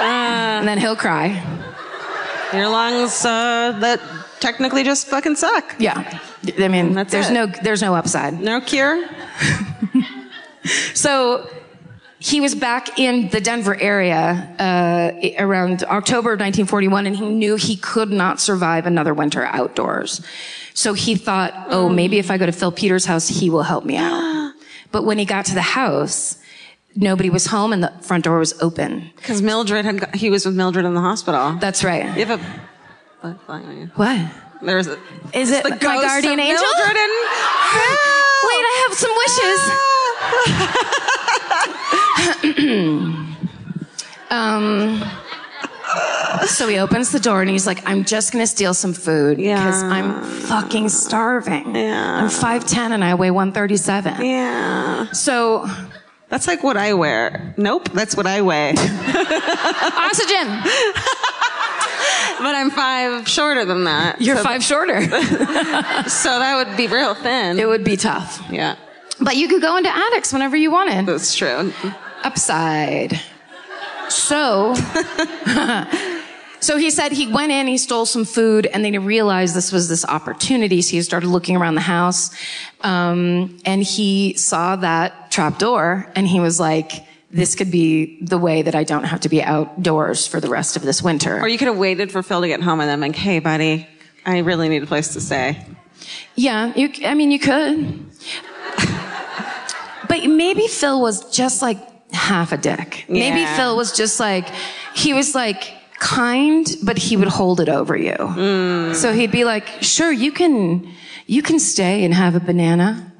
Speaker 1: and then he'll cry
Speaker 2: Your lungs uh, that technically just fucking suck.
Speaker 1: yeah i mean
Speaker 2: That's
Speaker 1: there's
Speaker 2: it.
Speaker 1: no there's no upside
Speaker 2: No cure.
Speaker 1: So he was back in the Denver area uh, around October of 1941, and he knew he could not survive another winter outdoors. So he thought, oh, maybe if I go to Phil Peters' house, he will help me out. But when he got to the house, nobody was home and the front door was open.
Speaker 2: Because Mildred had. Got, he was with Mildred in the hospital.
Speaker 1: That's right.
Speaker 2: You have a. bug flying on you.
Speaker 1: What?
Speaker 2: There's a.
Speaker 1: Is it
Speaker 2: the
Speaker 1: my
Speaker 2: ghost of
Speaker 1: guardian angel?
Speaker 2: Mildred in
Speaker 1: Wait, I have some wishes. Um, So he opens the door and he's like, I'm just gonna steal some food because
Speaker 2: Yeah.
Speaker 1: I'm fucking starving.
Speaker 2: Yeah.
Speaker 1: I'm 5'10 and I weigh 137.
Speaker 2: Yeah.
Speaker 1: So,
Speaker 2: That's like what I wear. Nope, that's what I weigh.
Speaker 1: oxygen,
Speaker 2: but I'm five shorter than that.
Speaker 1: you're
Speaker 2: so,
Speaker 1: five shorter.
Speaker 2: So that would be real thin.
Speaker 1: it would be tough.
Speaker 2: yeah,
Speaker 1: But you could go into addicts whenever you wanted.
Speaker 2: that's true.
Speaker 1: Upside. So, so he said he went in, he stole some food, and then he realized this was this opportunity. So he started looking around the house, um, and he saw that trap door, and he was like, "This could be the way that I don't have to be outdoors for the rest of this winter."
Speaker 2: Or you could have waited for Phil to get home and then like, hey, buddy, I really need a place to stay.
Speaker 1: Yeah, you, c- I mean, you could. but maybe Phil was just like half a dick. Maybe
Speaker 2: Yeah.
Speaker 1: Phil was just like, he was like kind, but he would hold it over you.
Speaker 2: Hmm.
Speaker 1: So he'd be like, sure, you can, you can stay and have a banana.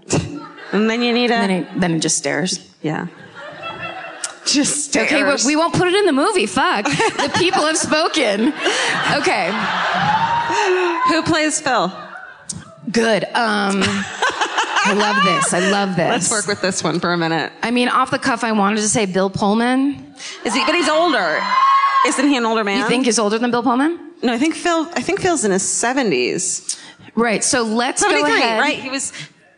Speaker 2: And then you need a
Speaker 1: And then he, then he just stares.
Speaker 2: yeah. Just stairs.
Speaker 1: Okay, well, we won't put it in the movie. Fuck. The people have spoken. Okay.
Speaker 2: Who plays Phil?
Speaker 1: Good. Um, I love this. I love this.
Speaker 2: Let's work with this one for a minute.
Speaker 1: I mean, off the cuff, I wanted to say Bill Pullman.
Speaker 2: Is he? But he's older. Isn't he an older man?
Speaker 1: You think he's older than Bill Pullman?
Speaker 2: No, I think Phil. I think Phil's in his seventies.
Speaker 1: Right. So let's go
Speaker 2: Seventy-three,
Speaker 1: ahead.
Speaker 2: right? He was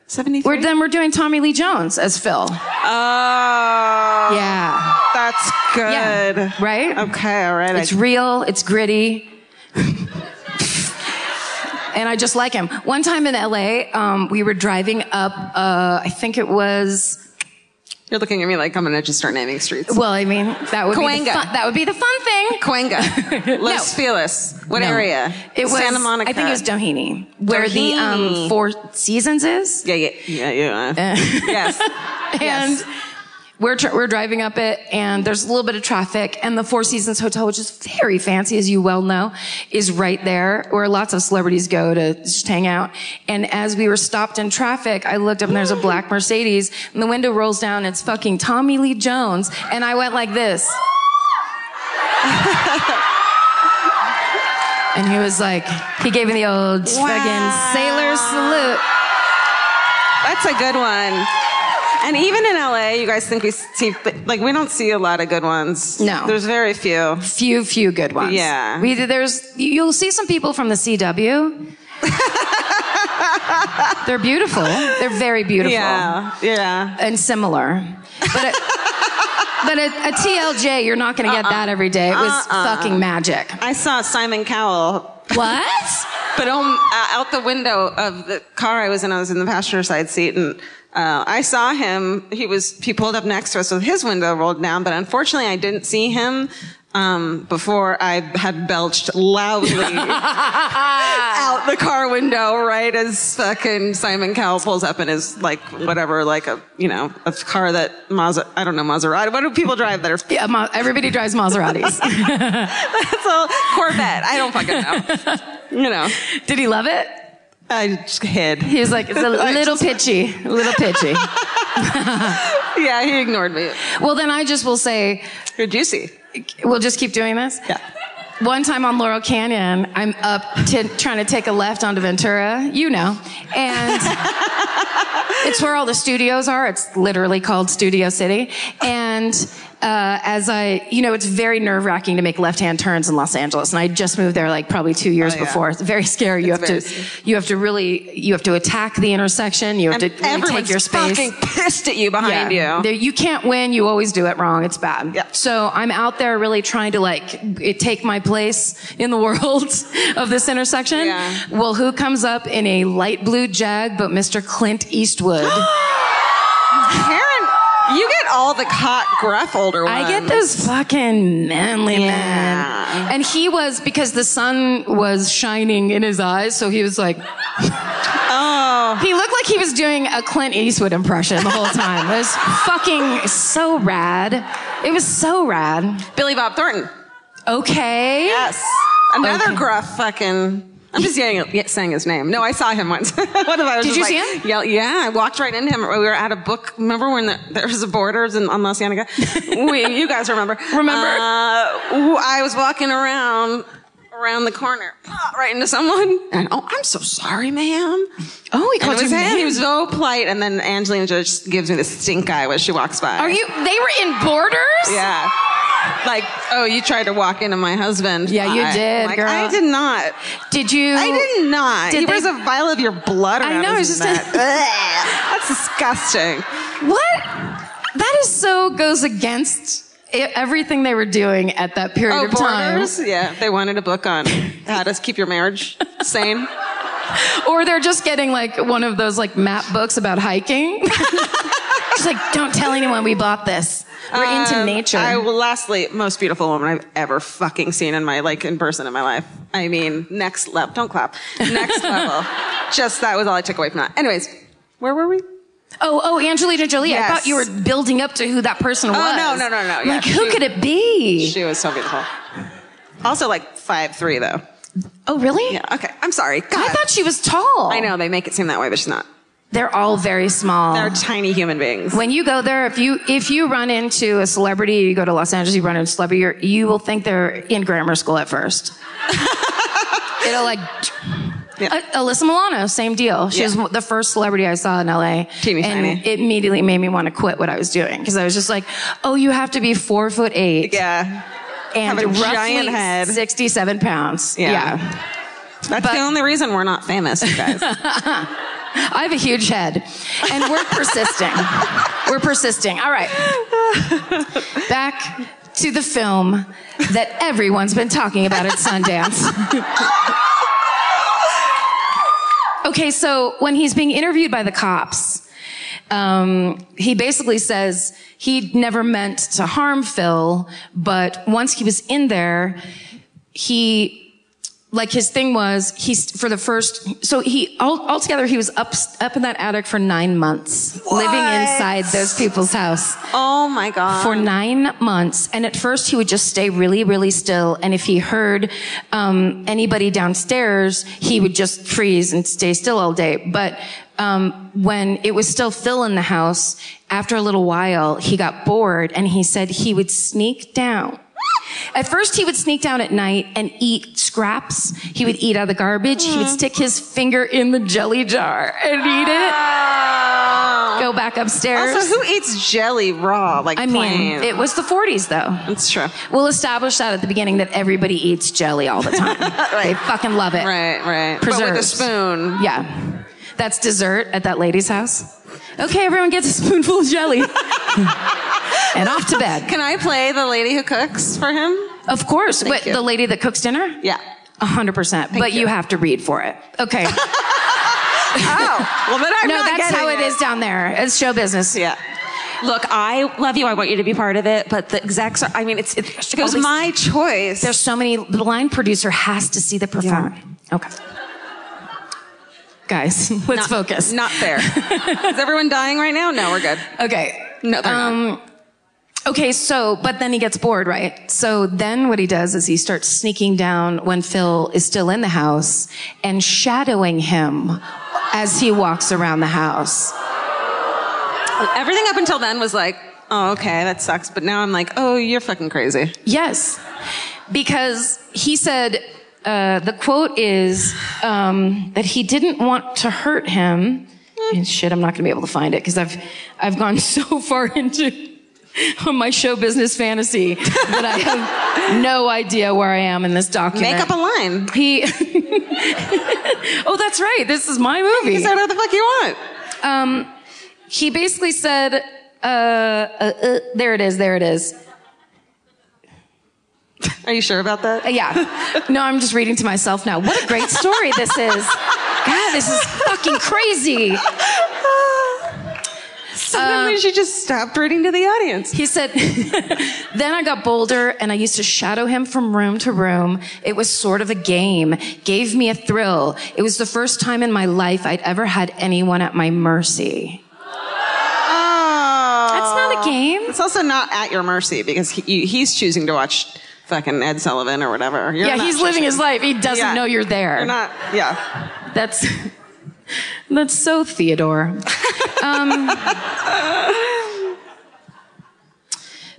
Speaker 2: 73?
Speaker 1: We're, then we're doing Tommy Lee Jones as Phil.
Speaker 2: Oh.
Speaker 1: Yeah.
Speaker 2: That's
Speaker 1: Yeah.
Speaker 2: good.
Speaker 1: Right?
Speaker 2: Okay, all right.
Speaker 1: It's real, it's gritty. and I just like him. One time in LA, um, we were driving up, uh, I think it was,
Speaker 2: You're looking at me like I'm going to just start naming streets.
Speaker 1: well, I mean, that would, be the
Speaker 2: Cahuenga.
Speaker 1: fun, that would be the fun thing.
Speaker 2: Cuenca, Los
Speaker 1: No.
Speaker 2: Feliz. What area?
Speaker 1: It was
Speaker 2: Santa Monica.
Speaker 1: I think it was Doheny, where the um,
Speaker 2: Doheny.
Speaker 1: Four Seasons is.
Speaker 2: Yeah, yeah, yeah, yeah.
Speaker 1: Uh.
Speaker 2: yes.
Speaker 1: and we're tr- we're driving up it, and there's a little bit of traffic, and the Four Seasons Hotel, which is very fancy, as you well know, is right there where lots of celebrities go to just hang out. And as we were stopped in traffic, I looked up and there's a black Mercedes, and the window rolls down. It's fucking Tommy Lee Jones, and I went like this, and he was like, he gave me the old fucking sailor salute.
Speaker 2: That's a good one. And even in LA, you guys think we see, like, we don't see a lot of good ones.
Speaker 1: No.
Speaker 2: There's very few.
Speaker 1: few few good ones.
Speaker 2: Yeah.
Speaker 1: We there's you'll see some people from the CW. They're beautiful. They're very beautiful
Speaker 2: Yeah, yeah.
Speaker 1: and similar. But a, but a, a TLJ, you're not going to get that every day. It was fucking magic.
Speaker 2: I saw Simon Cowell,
Speaker 1: What?
Speaker 2: but um, uh, out the window of the car I was in, I was in the passenger side seat, and uh, I saw him. He was he pulled up next to us with his window rolled down, but unfortunately, I didn't see him. Um, before I had belched loudly out the car window right as fucking Simon Cowell pulls up in his like whatever like a you know a car that Maser- I don't know Maserati what do people drive that are
Speaker 1: Yeah, Ma- everybody drives Maseratis.
Speaker 2: it's a Corvette I don't fucking know you know
Speaker 1: Did he love it?
Speaker 2: I just hid
Speaker 1: He was like, it's a little pitchy, a little pitchy.
Speaker 2: yeah he ignored me
Speaker 1: Well, then I just will say,
Speaker 2: you're juicy
Speaker 1: we'll just keep doing this.
Speaker 2: yeah
Speaker 1: One time on Laurel Canyon, I'm up t- trying to take a left onto Ventura, you know, and it's where all the studios are. It's literally called Studio City. And uh, as I, you know, it's very nerve wracking to make left hand turns in Los Angeles. And I just moved there like probably two years
Speaker 2: Oh, yeah.
Speaker 1: before. It's very scary. You
Speaker 2: It's
Speaker 1: have to,
Speaker 2: very scary.
Speaker 1: you have to really, you have to attack the intersection. You have
Speaker 2: and
Speaker 1: to really take
Speaker 2: everyone's
Speaker 1: your space.
Speaker 2: fucking pissed at you behind
Speaker 1: Yeah.
Speaker 2: you
Speaker 1: There- You can't win. You always do it wrong. It's bad.
Speaker 2: Yeah.
Speaker 1: So I'm out there really trying to like it, take my place in the world of this intersection.
Speaker 2: Yeah.
Speaker 1: Well, who comes up in a light blue jag but Mr. Clint Eastwood?
Speaker 2: Karen you get all the hot gruff older ones
Speaker 1: I get those fucking manly men.
Speaker 2: Yeah.
Speaker 1: And he was because the sun was shining in his eyes, so he was like
Speaker 2: oh
Speaker 1: he looked like he was doing a Clint Eastwood impression the whole time. It was fucking so rad. It was so rad.
Speaker 2: Billy Bob Thornton
Speaker 1: Okay.
Speaker 2: Yes. Another
Speaker 1: Okay.
Speaker 2: gruff fucking. I'm just yelling, yeah, saying his name. No, I saw him once. what if I was
Speaker 1: Did
Speaker 2: just
Speaker 1: you
Speaker 2: like,
Speaker 1: see him?
Speaker 2: Yell, yeah, I walked right into him. We were at a book. Remember when the, there was a Borders in, on La Cienega? we, you guys remember?
Speaker 1: Remember.
Speaker 2: Uh, w- I was walking around around the corner, right into someone, and oh, I'm so sorry, ma'am.
Speaker 1: Oh, he
Speaker 2: And
Speaker 1: called
Speaker 2: it
Speaker 1: you
Speaker 2: was him.
Speaker 1: ma'am.
Speaker 2: He was so polite, and then Angelina just gives me the stink eye when she walks by.
Speaker 1: Are you? They were in Borders.
Speaker 2: Yeah. Like, oh, you tried to walk into my husband.
Speaker 1: Yeah, you
Speaker 2: I-
Speaker 1: did,
Speaker 2: I'm like,
Speaker 1: girl.
Speaker 2: I did not.
Speaker 1: Did you?
Speaker 2: I did not.
Speaker 1: Did
Speaker 2: he
Speaker 1: they-
Speaker 2: was a vial of your blood
Speaker 1: I
Speaker 2: around
Speaker 1: know,
Speaker 2: his
Speaker 1: it's
Speaker 2: neck.
Speaker 1: just a-
Speaker 2: That's disgusting.
Speaker 1: What? That is so goes against e- everything they were doing at that period
Speaker 2: Oh,
Speaker 1: of time.
Speaker 2: borders? Yeah, they wanted a book on how to keep your marriage sane.
Speaker 1: Or they're just getting like one of those like map books about hiking. She's like, don't tell anyone we bought this. We're into
Speaker 2: Um,
Speaker 1: nature.
Speaker 2: I will lastly, most beautiful woman I've ever fucking seen in my like in person in my life. I mean, next level. Don't clap. Next level. Just that was all I took away from that. Anyways, where were we?
Speaker 1: oh, oh, Angelina Jolie. I
Speaker 2: Yes. Oh,
Speaker 1: thought you were building up to who that person was.
Speaker 2: no, no, no, no, yeah,
Speaker 1: Like, who
Speaker 2: she-
Speaker 1: could it be?
Speaker 2: She was so beautiful. Also, like five three though.
Speaker 1: oh, really?
Speaker 2: Yeah. Okay. I'm sorry. God.
Speaker 1: I thought she was tall. Ah.
Speaker 2: I know they make it seem that way, but she's not.
Speaker 1: They're all very small.
Speaker 2: They're tiny human beings.
Speaker 1: When you go there, if you if you run into a celebrity, you go to Los Angeles, you run into a celebrity, you're, you will think they're in grammar school at first. It'll like.
Speaker 2: Yeah.
Speaker 1: Uh, Alyssa Milano, same deal. She
Speaker 2: Yeah.
Speaker 1: was the first celebrity I saw in LA,
Speaker 2: Teeny
Speaker 1: and
Speaker 2: tiny.
Speaker 1: it immediately made me want to quit what I was doing because I was just like, "Oh, you have to be four foot eight
Speaker 2: yeah.
Speaker 1: and
Speaker 2: have a
Speaker 1: roughly
Speaker 2: giant head.
Speaker 1: sixty-seven pounds."
Speaker 2: Yeah. That's
Speaker 1: But-
Speaker 2: the only reason we're not famous, you guys.
Speaker 1: I have a huge head. And we're persisting. We're persisting. All right. Back to the film that everyone's been talking about at Sundance. Okay, so when he's being interviewed by the cops, um, he basically says he never meant to harm Phil, but once he was in there, he like his thing was he's for the first so he all altogether he was up up in that attic for nine months living inside those people's house
Speaker 2: Oh my god.
Speaker 1: for nine months. And at first, he would just stay really, really still. And if he heard um, anybody downstairs, he would just freeze and stay still all day. But um, when it was still Phil in the house, after a little while, he got bored and he said he would sneak down. At first, he would sneak down at night and eat scraps. He would eat out of the garbage. He would
Speaker 2: Mm-hmm.
Speaker 1: stick his finger in the jelly jar and eat it. Go back upstairs.
Speaker 2: Ah. also, who eats jelly raw? Like
Speaker 1: I mean,
Speaker 2: plain?
Speaker 1: it was the 40s though.
Speaker 2: it's true.
Speaker 1: We'll establish that at the beginning that everybody eats jelly all the time. They fucking love it.
Speaker 2: Right, right. But with a
Speaker 1: Preserves.
Speaker 2: spoon.
Speaker 1: Yeah. That's dessert at that lady's house. Okay, everyone gets a spoonful of jelly. and off to bed.
Speaker 2: Can I play the lady who cooks for him?
Speaker 1: Of course, but
Speaker 2: you.
Speaker 1: the lady that cooks dinner?
Speaker 2: Yeah.
Speaker 1: A 100%. but you. have to read for it. Okay. no,
Speaker 2: Oh, well, then I'm not
Speaker 1: that's
Speaker 2: getting
Speaker 1: how it is down there. It's show business.
Speaker 2: Yeah.
Speaker 5: Look, I love you. I want you to be part of it. But the exact, I mean, it's, it,
Speaker 2: It was my choice.
Speaker 1: There's so many. The line producer has to see the performer. Okay. Guys, let's focus.
Speaker 2: Not fair. is everyone dying right now? No, we're good.
Speaker 1: Okay.
Speaker 2: No, they're not.
Speaker 1: Okay, so, but then he gets bored, right? So then what he does is he starts sneaking down when Phil is still in the house and shadowing him as he walks around the house.
Speaker 2: Everything up until then was like, oh, okay, that sucks. But now I'm like, oh, you're fucking crazy.
Speaker 1: Yes, because he said uh, the quote is um, that he didn't want to hurt him. And shit, I'm not going to be able to find it because I've I've gone so far into my show business fantasy that I have no idea where I am in this document.
Speaker 2: Make up a line.
Speaker 1: He. oh, that's right. This is my movie.
Speaker 2: He said what the fuck you want.
Speaker 1: Um, he basically said, uh, uh, uh, "There it is. There it is."
Speaker 2: Are you sure about that?
Speaker 1: Uh, yeah. No, I'm just reading to myself now. What a great story this is. God, this is fucking crazy.
Speaker 2: Ah. So then we should just stopped reading to the audience.
Speaker 1: He said, Then I got bolder and I used to shadow him from room to room. It was sort of a game, gave me a thrill. It was the first time in my life I'd ever had anyone at my mercy.
Speaker 2: Oh.
Speaker 1: That's not a game.
Speaker 2: It's also not at your mercy because he, you, he's choosing to watch fucking Ed Sullivan or whatever. You're
Speaker 1: Yeah,
Speaker 2: not
Speaker 1: he's living
Speaker 2: choosing.
Speaker 1: his life. He doesn't
Speaker 2: Yeah.
Speaker 1: know you're there.
Speaker 2: You're not, yeah.
Speaker 1: That's that's so Theodore. Um,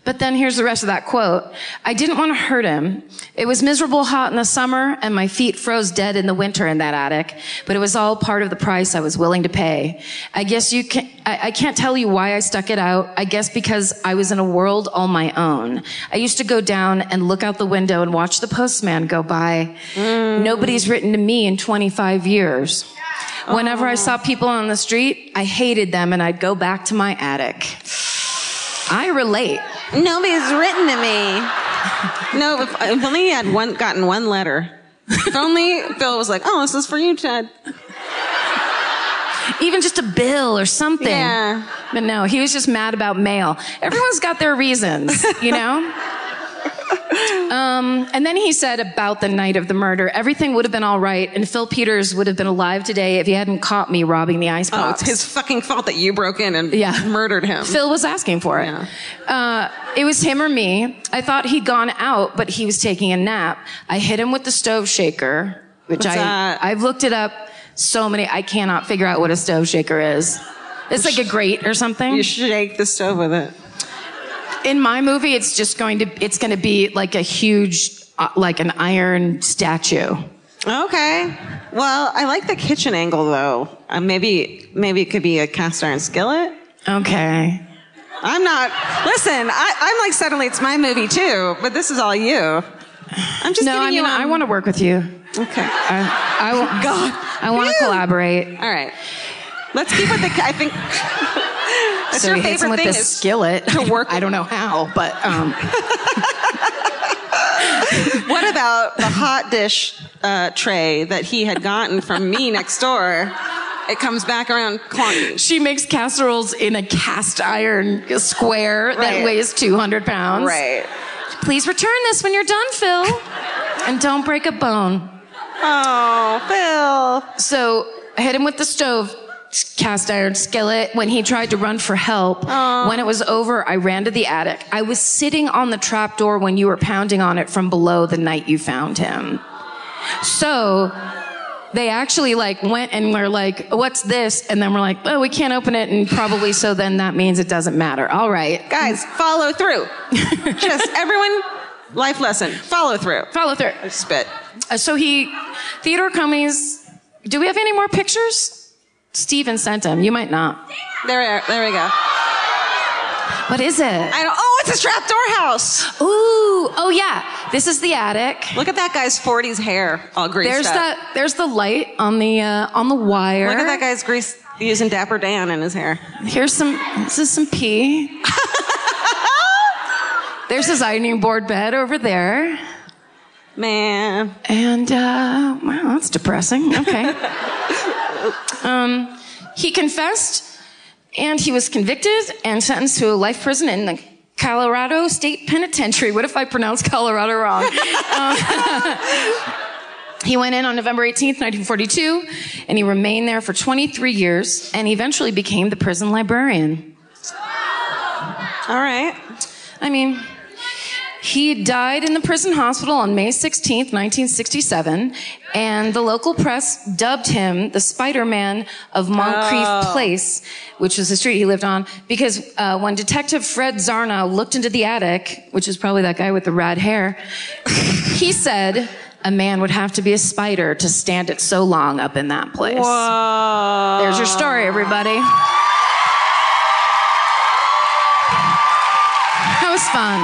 Speaker 1: but then here's the rest of that quote. I didn't want to hurt him. It was miserable hot in the summer, and my feet froze dead in the winter in that attic. But it was all part of the price I was willing to pay. I guess you can. I, I can't tell you why I stuck it out. I guess because I was in a world all my own. I used to go down and look out the window and watch the postman go by. Nobody's written to me in 25 years. Whenever I saw people on the street, I hated them and I'd go back to my attic. I relate.
Speaker 2: Nobody's written to me. No, if, if only he had one, gotten one letter. If only Phil was like, oh, this is for you, Ted.
Speaker 1: Even just a bill or something.
Speaker 2: Yeah.
Speaker 1: But no, he was just mad about mail. Everyone's got their reasons, you know? Um, and then he said about the night of the murder, everything would have been all right, and Phil Peters would have been alive today if he hadn't caught me robbing the icebox.
Speaker 2: Oh, it's his fucking fault that you broke in and
Speaker 1: Yeah.
Speaker 2: murdered him.
Speaker 1: Phil was asking for it.
Speaker 2: Yeah.
Speaker 1: Uh, it was him or me. I thought he'd gone out, but he was taking a nap. I hit him with the stove shaker, which
Speaker 2: What's
Speaker 1: I
Speaker 2: that?
Speaker 1: I've looked it up so many. I cannot figure out what a stove shaker is. It's like a grate or something.
Speaker 2: You shake the stove with it.
Speaker 1: In my movie, it's just going to it's going to be like a huge uh, like an iron statue.
Speaker 2: Okay. Well, I like the kitchen angle though. Uh, maybe maybe it could be a cast iron skillet.
Speaker 1: Okay.
Speaker 2: I'm not. Listen, I, I'm like suddenly it's my movie too, but this is all you. I'm just
Speaker 1: No,
Speaker 2: giving
Speaker 1: I mean
Speaker 2: you.
Speaker 1: I want to work with you.
Speaker 2: to. Okay.
Speaker 1: I, I, God, I want to
Speaker 2: Phew.
Speaker 1: collaborate.
Speaker 2: All right. Let's keep with the. I think that's
Speaker 1: so
Speaker 2: your
Speaker 1: he hits him
Speaker 2: favorite
Speaker 1: with
Speaker 2: thing
Speaker 1: this
Speaker 2: is
Speaker 1: skillet
Speaker 2: to work-
Speaker 1: I don't know how, but um,
Speaker 2: What about the hot dish uh, tray that he had gotten from me next door? It comes back around clunky.
Speaker 1: she makes casseroles in a cast iron square that
Speaker 2: Right.
Speaker 1: weighs 200 pounds.
Speaker 2: Right.
Speaker 1: Please return this when you're done, Phil, and don't break a bone.
Speaker 2: Oh, Phil.
Speaker 1: So I hit him with the stove cast iron skillet when he tried to run for help. When it was over, I ran to the attic. I was sitting on the trap door when you were pounding on it from below the night you found him. So they actually like went and were like, "What's this?" And then we're like, "Oh, we can't open it." And probably so then that means it doesn't matter. All right.
Speaker 2: Guys, follow through. Just everyone, life lesson follow through.
Speaker 1: Follow through.
Speaker 2: Spit.
Speaker 1: Uh, so he, Theodore Cummings. Do we have any more pictures? Steven sent them. You might not.
Speaker 2: There, there we go.
Speaker 1: What is it?
Speaker 2: I don't, oh, it's his trapdoor house.
Speaker 1: Ooh, oh yeah. This is the attic.
Speaker 2: Look at that guy's 40s hair, all greased
Speaker 1: There's
Speaker 2: up.
Speaker 1: that there's the light on the uh, on the wire.
Speaker 2: Look at that guy's grease using Dapper Dan in his hair.
Speaker 1: Here's some this is some pee. there's his ironing board bed over there.
Speaker 2: Man,
Speaker 1: And uh wow, that's depressing. Okay. um he confessed and he was convicted and sentenced to a life prison in the Colorado State Penitentiary. What if I pronounce Colorado wrong? Um, He went in on November 18th, 1942, and he remained there for 23 years and eventually became the prison librarian.
Speaker 2: all right.
Speaker 1: I mean, he died in the prison hospital on May 16th, 1967, and the local press dubbed him the Spider Man of Moncrief Place, which was the street he lived on, because uh, when Detective Fred Zarnow looked into the attic, which is probably that guy with the red hair, he said, a man would have to be a spider to stand it so long up in that place.
Speaker 2: Whoa.
Speaker 1: There's your story, everybody. That was fun.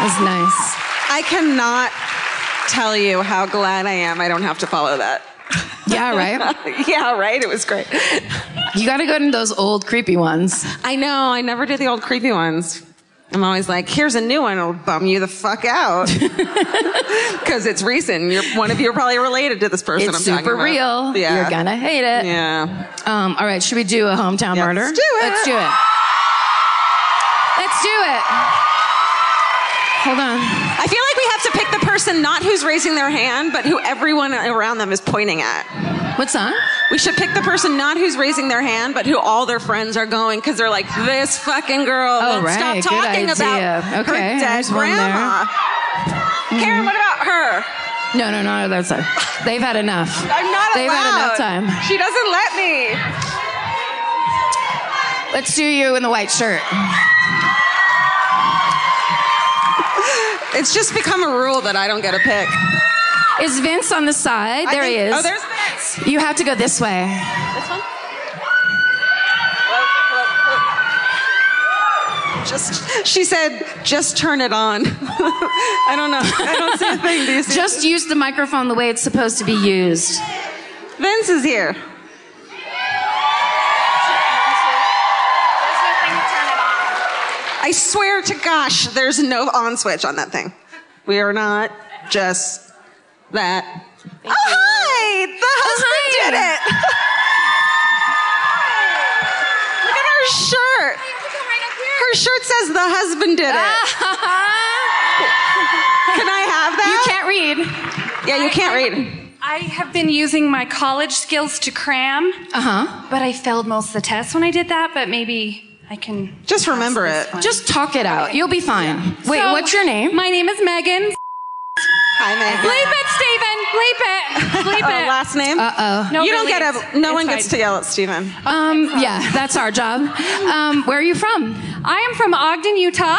Speaker 1: It was nice.
Speaker 2: I cannot tell you how glad I am I don't have to follow that.
Speaker 1: Yeah, right?
Speaker 2: yeah, right? It was great.
Speaker 1: You gotta go to those old creepy ones.
Speaker 2: I know, I never did the old creepy ones. I'm always like, here's a new one, it'll bum you the fuck out. Because it's recent. You're, one of you are probably related to this person
Speaker 1: It's
Speaker 2: I'm talking
Speaker 1: super
Speaker 2: about.
Speaker 1: real.
Speaker 2: Yeah.
Speaker 1: You're gonna hate it.
Speaker 2: Yeah.
Speaker 1: Um, all right, should we do a hometown
Speaker 2: Yeah,
Speaker 1: murder?
Speaker 2: let's do it.
Speaker 1: Let's do it. Let's do it. Hold on.
Speaker 2: I feel like we have to pick the person not who's raising their hand, but who everyone around them is pointing at.
Speaker 1: What's that?
Speaker 2: We should pick the person not who's raising their hand, but who all their friends are going because they're like, this fucking girl
Speaker 1: Oh,
Speaker 2: won't
Speaker 1: right. Good
Speaker 2: stop talking
Speaker 1: idea.
Speaker 2: about
Speaker 1: Okay,
Speaker 2: her dead
Speaker 1: there's one there.
Speaker 2: grandma.
Speaker 1: Mm-hmm.
Speaker 2: Karen, what about her?
Speaker 1: No, no, no, that's a, they've had enough.
Speaker 2: I'm not
Speaker 1: They've had enough
Speaker 2: allowed.
Speaker 1: time.
Speaker 2: She doesn't let me.
Speaker 1: Let's do you in the white shirt.
Speaker 2: It's just become a rule that I don't get a pick.
Speaker 1: Is Vince on the side?
Speaker 2: I
Speaker 1: there
Speaker 2: think-
Speaker 1: he is.
Speaker 2: Oh, there's Vince.
Speaker 1: you have to go this way.
Speaker 2: This one. Whoa, whoa, whoa. Just, she said, just turn it on. I don't know. I don't see a thing. Do you see?
Speaker 1: Just use the microphone the way it's supposed to be used.
Speaker 2: Vince is here. I swear to gosh, there's no on switch on that thing. We are not just that. oh, hi! The
Speaker 1: hi.
Speaker 2: husband did it! Look at her shirt. Her shirt says the husband did it.
Speaker 6: Uh,
Speaker 2: Can I have
Speaker 1: you
Speaker 2: that?
Speaker 1: can't read.
Speaker 2: Yeah, you can't read.
Speaker 6: I have been using my college skills to cram,
Speaker 1: Uh huh.
Speaker 6: but I failed most of the tests when I did that, but maybe I can.
Speaker 2: Just remember it.
Speaker 1: Just talk it out. You'll be fine. Wait,
Speaker 6: So,
Speaker 1: what's your name?
Speaker 6: My name is Megan.
Speaker 2: Hi, Megan.
Speaker 6: Bleep it, Steven. Bleep it. Bleep
Speaker 2: Oh,
Speaker 6: it.
Speaker 2: last name? Uh
Speaker 6: No,
Speaker 2: You don't
Speaker 6: really,
Speaker 2: get
Speaker 6: it's-
Speaker 2: a. No
Speaker 6: it's
Speaker 2: one gets
Speaker 6: fine.
Speaker 2: to yell at Steven.
Speaker 1: Um, yeah, that's our job. Um, where are you from?
Speaker 6: I am from Ogden, Utah.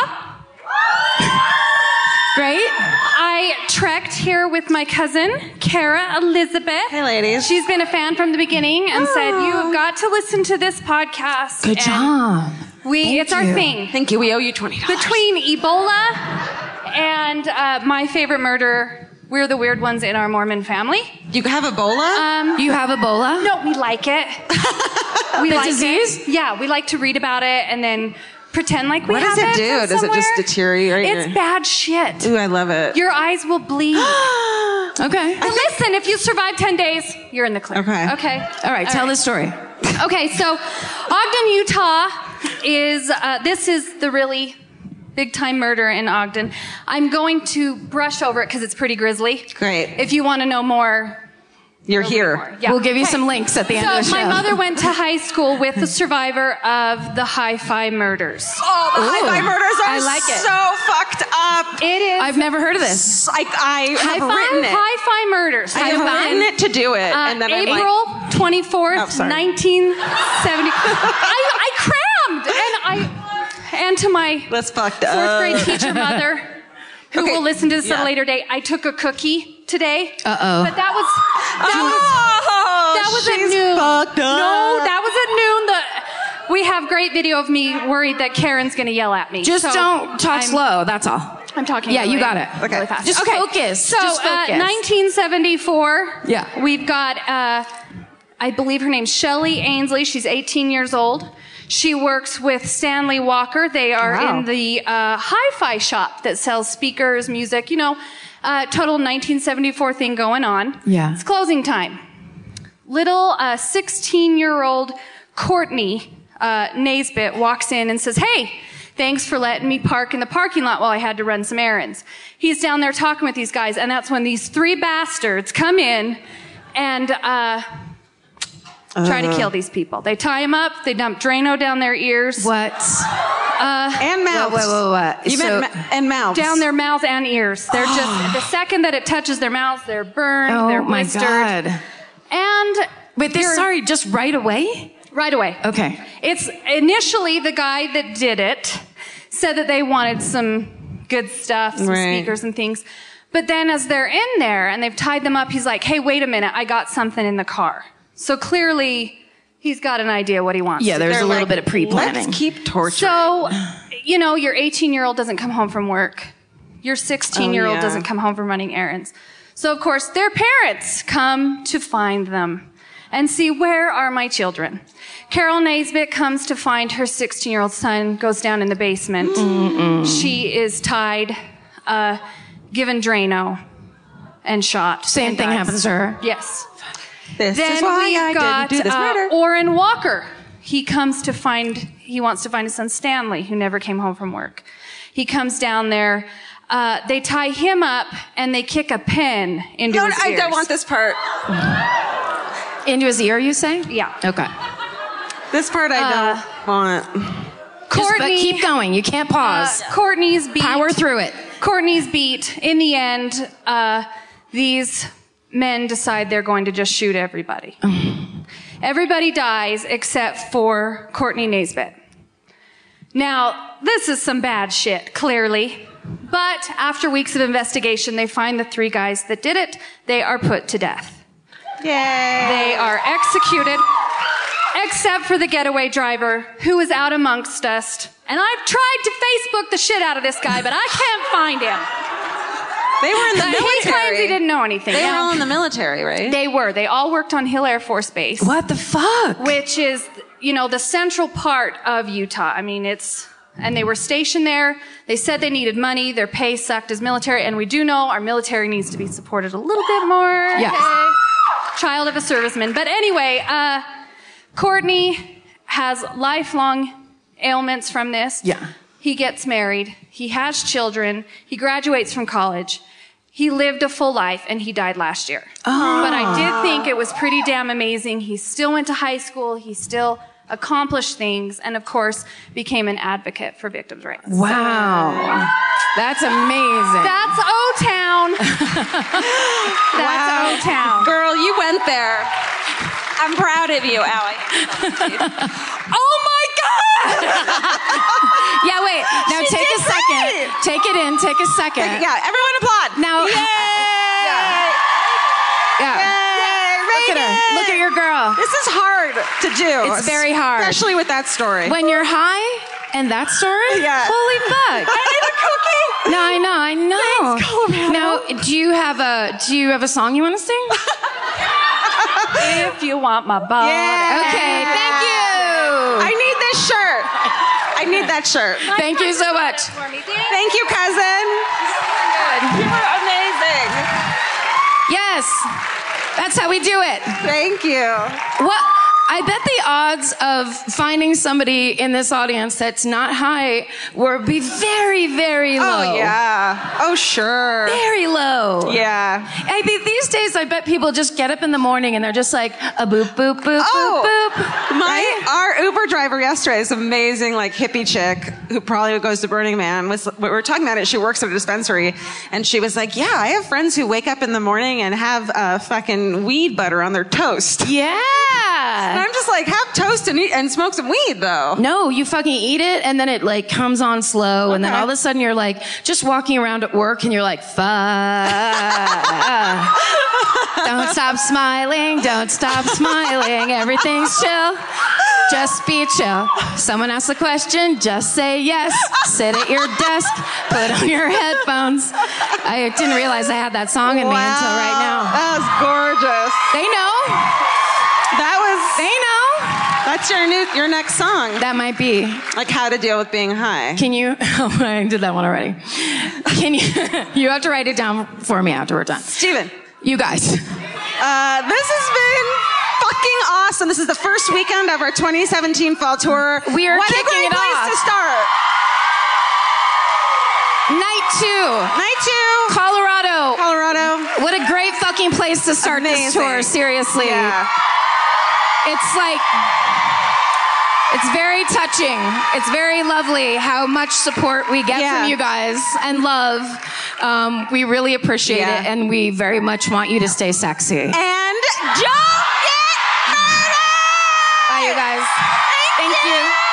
Speaker 1: Great.
Speaker 6: I trekked here with my cousin, Kara Elizabeth.
Speaker 2: Hey, Oh. ladies.
Speaker 6: She's been a fan from the beginning and said, You have got to listen to this podcast.
Speaker 1: Good
Speaker 6: And
Speaker 1: job.
Speaker 6: We, it's our
Speaker 1: you.
Speaker 6: thing.
Speaker 2: Oh, Thank you. We owe you twenty dollars.
Speaker 6: between Ebola and uh, my favorite murder, We're the weird ones in our Mormon family.
Speaker 2: You have Ebola?
Speaker 3: You have Ebola?
Speaker 6: No, we like it. we like
Speaker 1: disease?
Speaker 6: It. Yeah, we like to read about it and then pretend like we
Speaker 2: What does
Speaker 6: have
Speaker 2: it do?
Speaker 6: from
Speaker 2: Does it just
Speaker 6: somewhere.
Speaker 2: deteriorate your-
Speaker 6: It's bad shit.
Speaker 2: Ooh, I love it.
Speaker 6: Your eyes will bleed.
Speaker 3: Okay.
Speaker 6: But listen, if you survive 10 days, you're in the clear.
Speaker 2: Okay.
Speaker 6: Okay.
Speaker 3: All right, tell the story.
Speaker 6: Okay, so Ogden, Utah is uh, this is the really big time murder in Ogden. I'm going to brush over it because it's pretty grisly.
Speaker 2: Great.
Speaker 6: If you want to know more,
Speaker 2: You're
Speaker 6: more.
Speaker 2: here.
Speaker 6: Yeah.
Speaker 3: We'll give you some links at the end of the
Speaker 6: So my
Speaker 3: show.
Speaker 6: mother went to high school with the survivor of the Hi-Fi murders.
Speaker 2: Oh, the high five murders are
Speaker 3: I like it.
Speaker 2: so fucked up.
Speaker 6: It is
Speaker 3: I've never heard of this.
Speaker 2: It's like I have
Speaker 6: Hi-Fi,
Speaker 2: written it.
Speaker 6: Hi-Fi murders.
Speaker 2: I have
Speaker 6: Hi-Fi.
Speaker 2: written it to do it,
Speaker 6: Uh,
Speaker 2: and then I'm like,
Speaker 6: April 24th,
Speaker 2: Oh, sorry.
Speaker 6: 1970. I, I crammed, and I, and to my
Speaker 2: That's fucked
Speaker 6: fourth
Speaker 2: up.
Speaker 6: grade teacher mother, who
Speaker 2: Uh, Okay.
Speaker 6: will listen to this at
Speaker 2: Yeah.
Speaker 6: a later date. I took a cookie today. Uh
Speaker 3: Uh-oh.
Speaker 6: But that was that was
Speaker 2: oh,
Speaker 6: that was
Speaker 2: she's
Speaker 6: at noon.
Speaker 2: fucked up.
Speaker 6: No, that was at noon. The we have great video of me worried that Karen's gonna yell at me.
Speaker 3: Just
Speaker 6: So
Speaker 3: don't talk
Speaker 6: I'm-
Speaker 3: slow. That's all.
Speaker 6: I'm talking.
Speaker 3: Yeah, you
Speaker 6: really-
Speaker 3: got it.
Speaker 6: Really
Speaker 2: Okay.
Speaker 6: fast.
Speaker 3: Just
Speaker 6: okay.
Speaker 3: focus.
Speaker 6: So
Speaker 3: Just
Speaker 6: uh,
Speaker 3: focus.
Speaker 6: 1974.
Speaker 3: Yeah.
Speaker 6: We've got, uh, I believe her name's Shelly Ainsley. She's 18 years old. She works with Stanley Walker. They are
Speaker 3: Wow.
Speaker 6: in the uh, hi-fi shop that sells speakers, music. You know, uh, total 1974 thing going on.
Speaker 3: Yeah.
Speaker 6: It's closing time little uh, 16 year old Courtney uh, Naisbitt walks in and says, Hey, thanks for letting me park in the parking lot while I had to run some errands. He's down there talking with these guys, and that's when these three bastards come in and uh,
Speaker 3: Uh-huh.
Speaker 6: try to kill these people. They tie them up, they dump Drano down their ears,
Speaker 3: What?
Speaker 2: and mouths.
Speaker 3: Whoa, whoa, whoa, whoa.
Speaker 2: You
Speaker 3: So-
Speaker 2: meant ma- and mouths
Speaker 6: down their mouth and ears. They're just, the second that it touches their mouths, they're burned, they're
Speaker 3: Oh my
Speaker 6: blistered.
Speaker 3: god.
Speaker 6: And
Speaker 3: Wait, they
Speaker 6: they're-
Speaker 3: sorry, just right away?
Speaker 6: right away.
Speaker 3: Okay.
Speaker 6: It's initially the guy that did it said that they wanted some good stuff, some
Speaker 2: Right.
Speaker 6: speakers and things. But then as they're in there and they've tied them up, he's like, hey, wait a minute, I got something in the car. So clearly he's got an idea what he wants.
Speaker 3: Yeah,
Speaker 6: to
Speaker 3: there's
Speaker 2: They're
Speaker 3: a little
Speaker 2: like,
Speaker 3: bit of pre-planning.
Speaker 2: Let's keep torture.
Speaker 6: so, you know, your 18 year old doesn't come home from work. Your 16 year
Speaker 2: Oh,
Speaker 6: old
Speaker 2: yeah.
Speaker 6: doesn't come home from running errands. So, of course, their parents come to find them and see where are my children. Carol Naisbitt comes to find her 16 year old son, goes down in the basement. She is tied, uh, given Drano, and shot.
Speaker 3: Same
Speaker 6: and
Speaker 3: thing
Speaker 6: dies.
Speaker 3: happens to her.
Speaker 6: Yes.
Speaker 2: this
Speaker 6: Then
Speaker 2: is why
Speaker 6: we've
Speaker 2: I
Speaker 6: got
Speaker 2: didn't do this
Speaker 6: uh,
Speaker 2: murder.
Speaker 6: Orrin Walker. He comes to find he wants to find his son Stanley, who never came home from work. He comes down there. Uh, they tie him up and they kick a pin into
Speaker 2: no,
Speaker 6: his
Speaker 2: I don't
Speaker 6: ears.
Speaker 2: want this part.
Speaker 3: Into his ear, you say?
Speaker 6: Yeah.
Speaker 3: Okay.
Speaker 2: This part
Speaker 6: Uh,
Speaker 2: I don't want.
Speaker 3: Just- but
Speaker 6: Courtney,
Speaker 3: keep going. You can't
Speaker 6: uh,
Speaker 3: pause.
Speaker 6: Courtney's beat.
Speaker 3: Power through it.
Speaker 6: Courtney's beat. In the end, uh, these men decide they're going to just shoot everybody. everybody dies except for Courtney Naisbitt. Now, this is some bad shit, clearly. But after weeks of investigation, they find the three guys that did it. They are put to death.
Speaker 2: Yay.
Speaker 6: They are executed, except for the getaway driver who is out amongst us. And I've tried to Facebook the shit out of this guy, but I can't find him.
Speaker 2: They were in the
Speaker 6: But he claims he didn't know anything.
Speaker 2: They were
Speaker 6: Yeah.
Speaker 2: all in the military, right?
Speaker 6: They were. They all worked on Hill Air Force Base,
Speaker 3: What the fuck?
Speaker 6: which is, you know, the central part of Utah. I mean, it's, and they were stationed there. They said they needed money. Their pay sucked as military. And we do know our military needs to be supported a little bit more.
Speaker 3: Yes.
Speaker 6: okay? Child of a serviceman. But anyway, uh, Courtney has lifelong ailments from this.
Speaker 3: Yeah.
Speaker 6: He gets married. He has children. He graduates from college. He lived a full life and he died last year.
Speaker 3: Ah.
Speaker 6: But I did think it was pretty damn amazing. He still went to high school. He still accomplished things and, of course, became an advocate for victims' rights.
Speaker 3: Wow. That's amazing.
Speaker 6: That's O Town. That's O Town.
Speaker 5: Girl, you went there. I'm proud of you, Allie.
Speaker 3: oh my god! yeah, wait. Now take a second. Take it in. Take a second.
Speaker 2: Yeah, everyone applaud.
Speaker 3: Now.
Speaker 2: Yay!
Speaker 3: Yeah.
Speaker 2: Yay!
Speaker 3: Look at her. Look at your girl.
Speaker 2: This is hard to do.
Speaker 3: It's very hard.
Speaker 2: Especially with that story.
Speaker 3: When you're high and that story?
Speaker 2: Yeah.
Speaker 3: Holy fuck.
Speaker 2: I need a cookie.
Speaker 1: No, I know, I know.
Speaker 2: Thanks, Colorado.
Speaker 1: Now, do you have a do you have a song you want to sing?
Speaker 6: if you want my body.
Speaker 1: Okay, thank you.
Speaker 2: I need this shirt. I need that shirt.
Speaker 1: Thank you so much.
Speaker 6: For me, thank
Speaker 2: Thank you, cousin. You were amazing.
Speaker 1: Yes, that's how we do it.
Speaker 2: Thank you.
Speaker 1: What? I bet the odds of finding somebody in this audience that's not high would be very, very low.
Speaker 2: Oh yeah. Oh sure.
Speaker 1: Very low.
Speaker 2: Yeah.
Speaker 1: I mean, these days, I bet people just get up in the morning and they're just like a boop, boop, boop,
Speaker 2: Oh,
Speaker 1: boop, boop.
Speaker 2: My
Speaker 1: Right?
Speaker 2: our Uber driver yesterday, this amazing like hippie chick who probably goes to Burning Man. Was we were talking about it. She works at a dispensary, and she was like, "Yeah, I have friends who wake up in the morning and have uh, fucking weed butter on their toast." And
Speaker 1: Yeah.
Speaker 2: I'm just like, have toast and eat and smoke some weed though.
Speaker 1: No, you fucking eat it and then it like comes on slow and then
Speaker 2: Okay.
Speaker 1: all of a sudden you're like just walking around at work and you're like, fuck. don't stop smiling, don't stop smiling. Everything's chill. Just be chill. Someone asks a question, just say yes. Sit at your desk, put on your headphones. I didn't realize I had that song in me until right now.
Speaker 2: That was gorgeous.
Speaker 1: They know.
Speaker 2: That was.
Speaker 1: They know.
Speaker 2: That's your new your next song.
Speaker 1: That might be.
Speaker 2: Like how to deal with being high.
Speaker 1: Can you? Oh, I did that one already. Can you? You have to write it down for me after we're done.
Speaker 2: Steven,
Speaker 1: You guys.
Speaker 2: uh, this has been fucking awesome. This is the first weekend of our 2017 fall tour.
Speaker 1: We are
Speaker 2: what
Speaker 1: kicking it
Speaker 2: a great place
Speaker 1: off.
Speaker 2: to start.
Speaker 1: Night
Speaker 2: Night
Speaker 1: two,
Speaker 2: two,
Speaker 1: Colorado.
Speaker 2: Colorado.
Speaker 1: What a great fucking place to start this
Speaker 2: Amazing.
Speaker 1: tour. Seriously,
Speaker 2: Yeah.
Speaker 1: it's like. It's very touching. It's very lovely how much support we get
Speaker 2: Yeah.
Speaker 1: from you guys and love. Um, we really appreciate
Speaker 2: Yeah.
Speaker 1: it, and we very much want you to stay sexy.
Speaker 2: And don't get murdered.
Speaker 1: Bye, you guys. Thank you.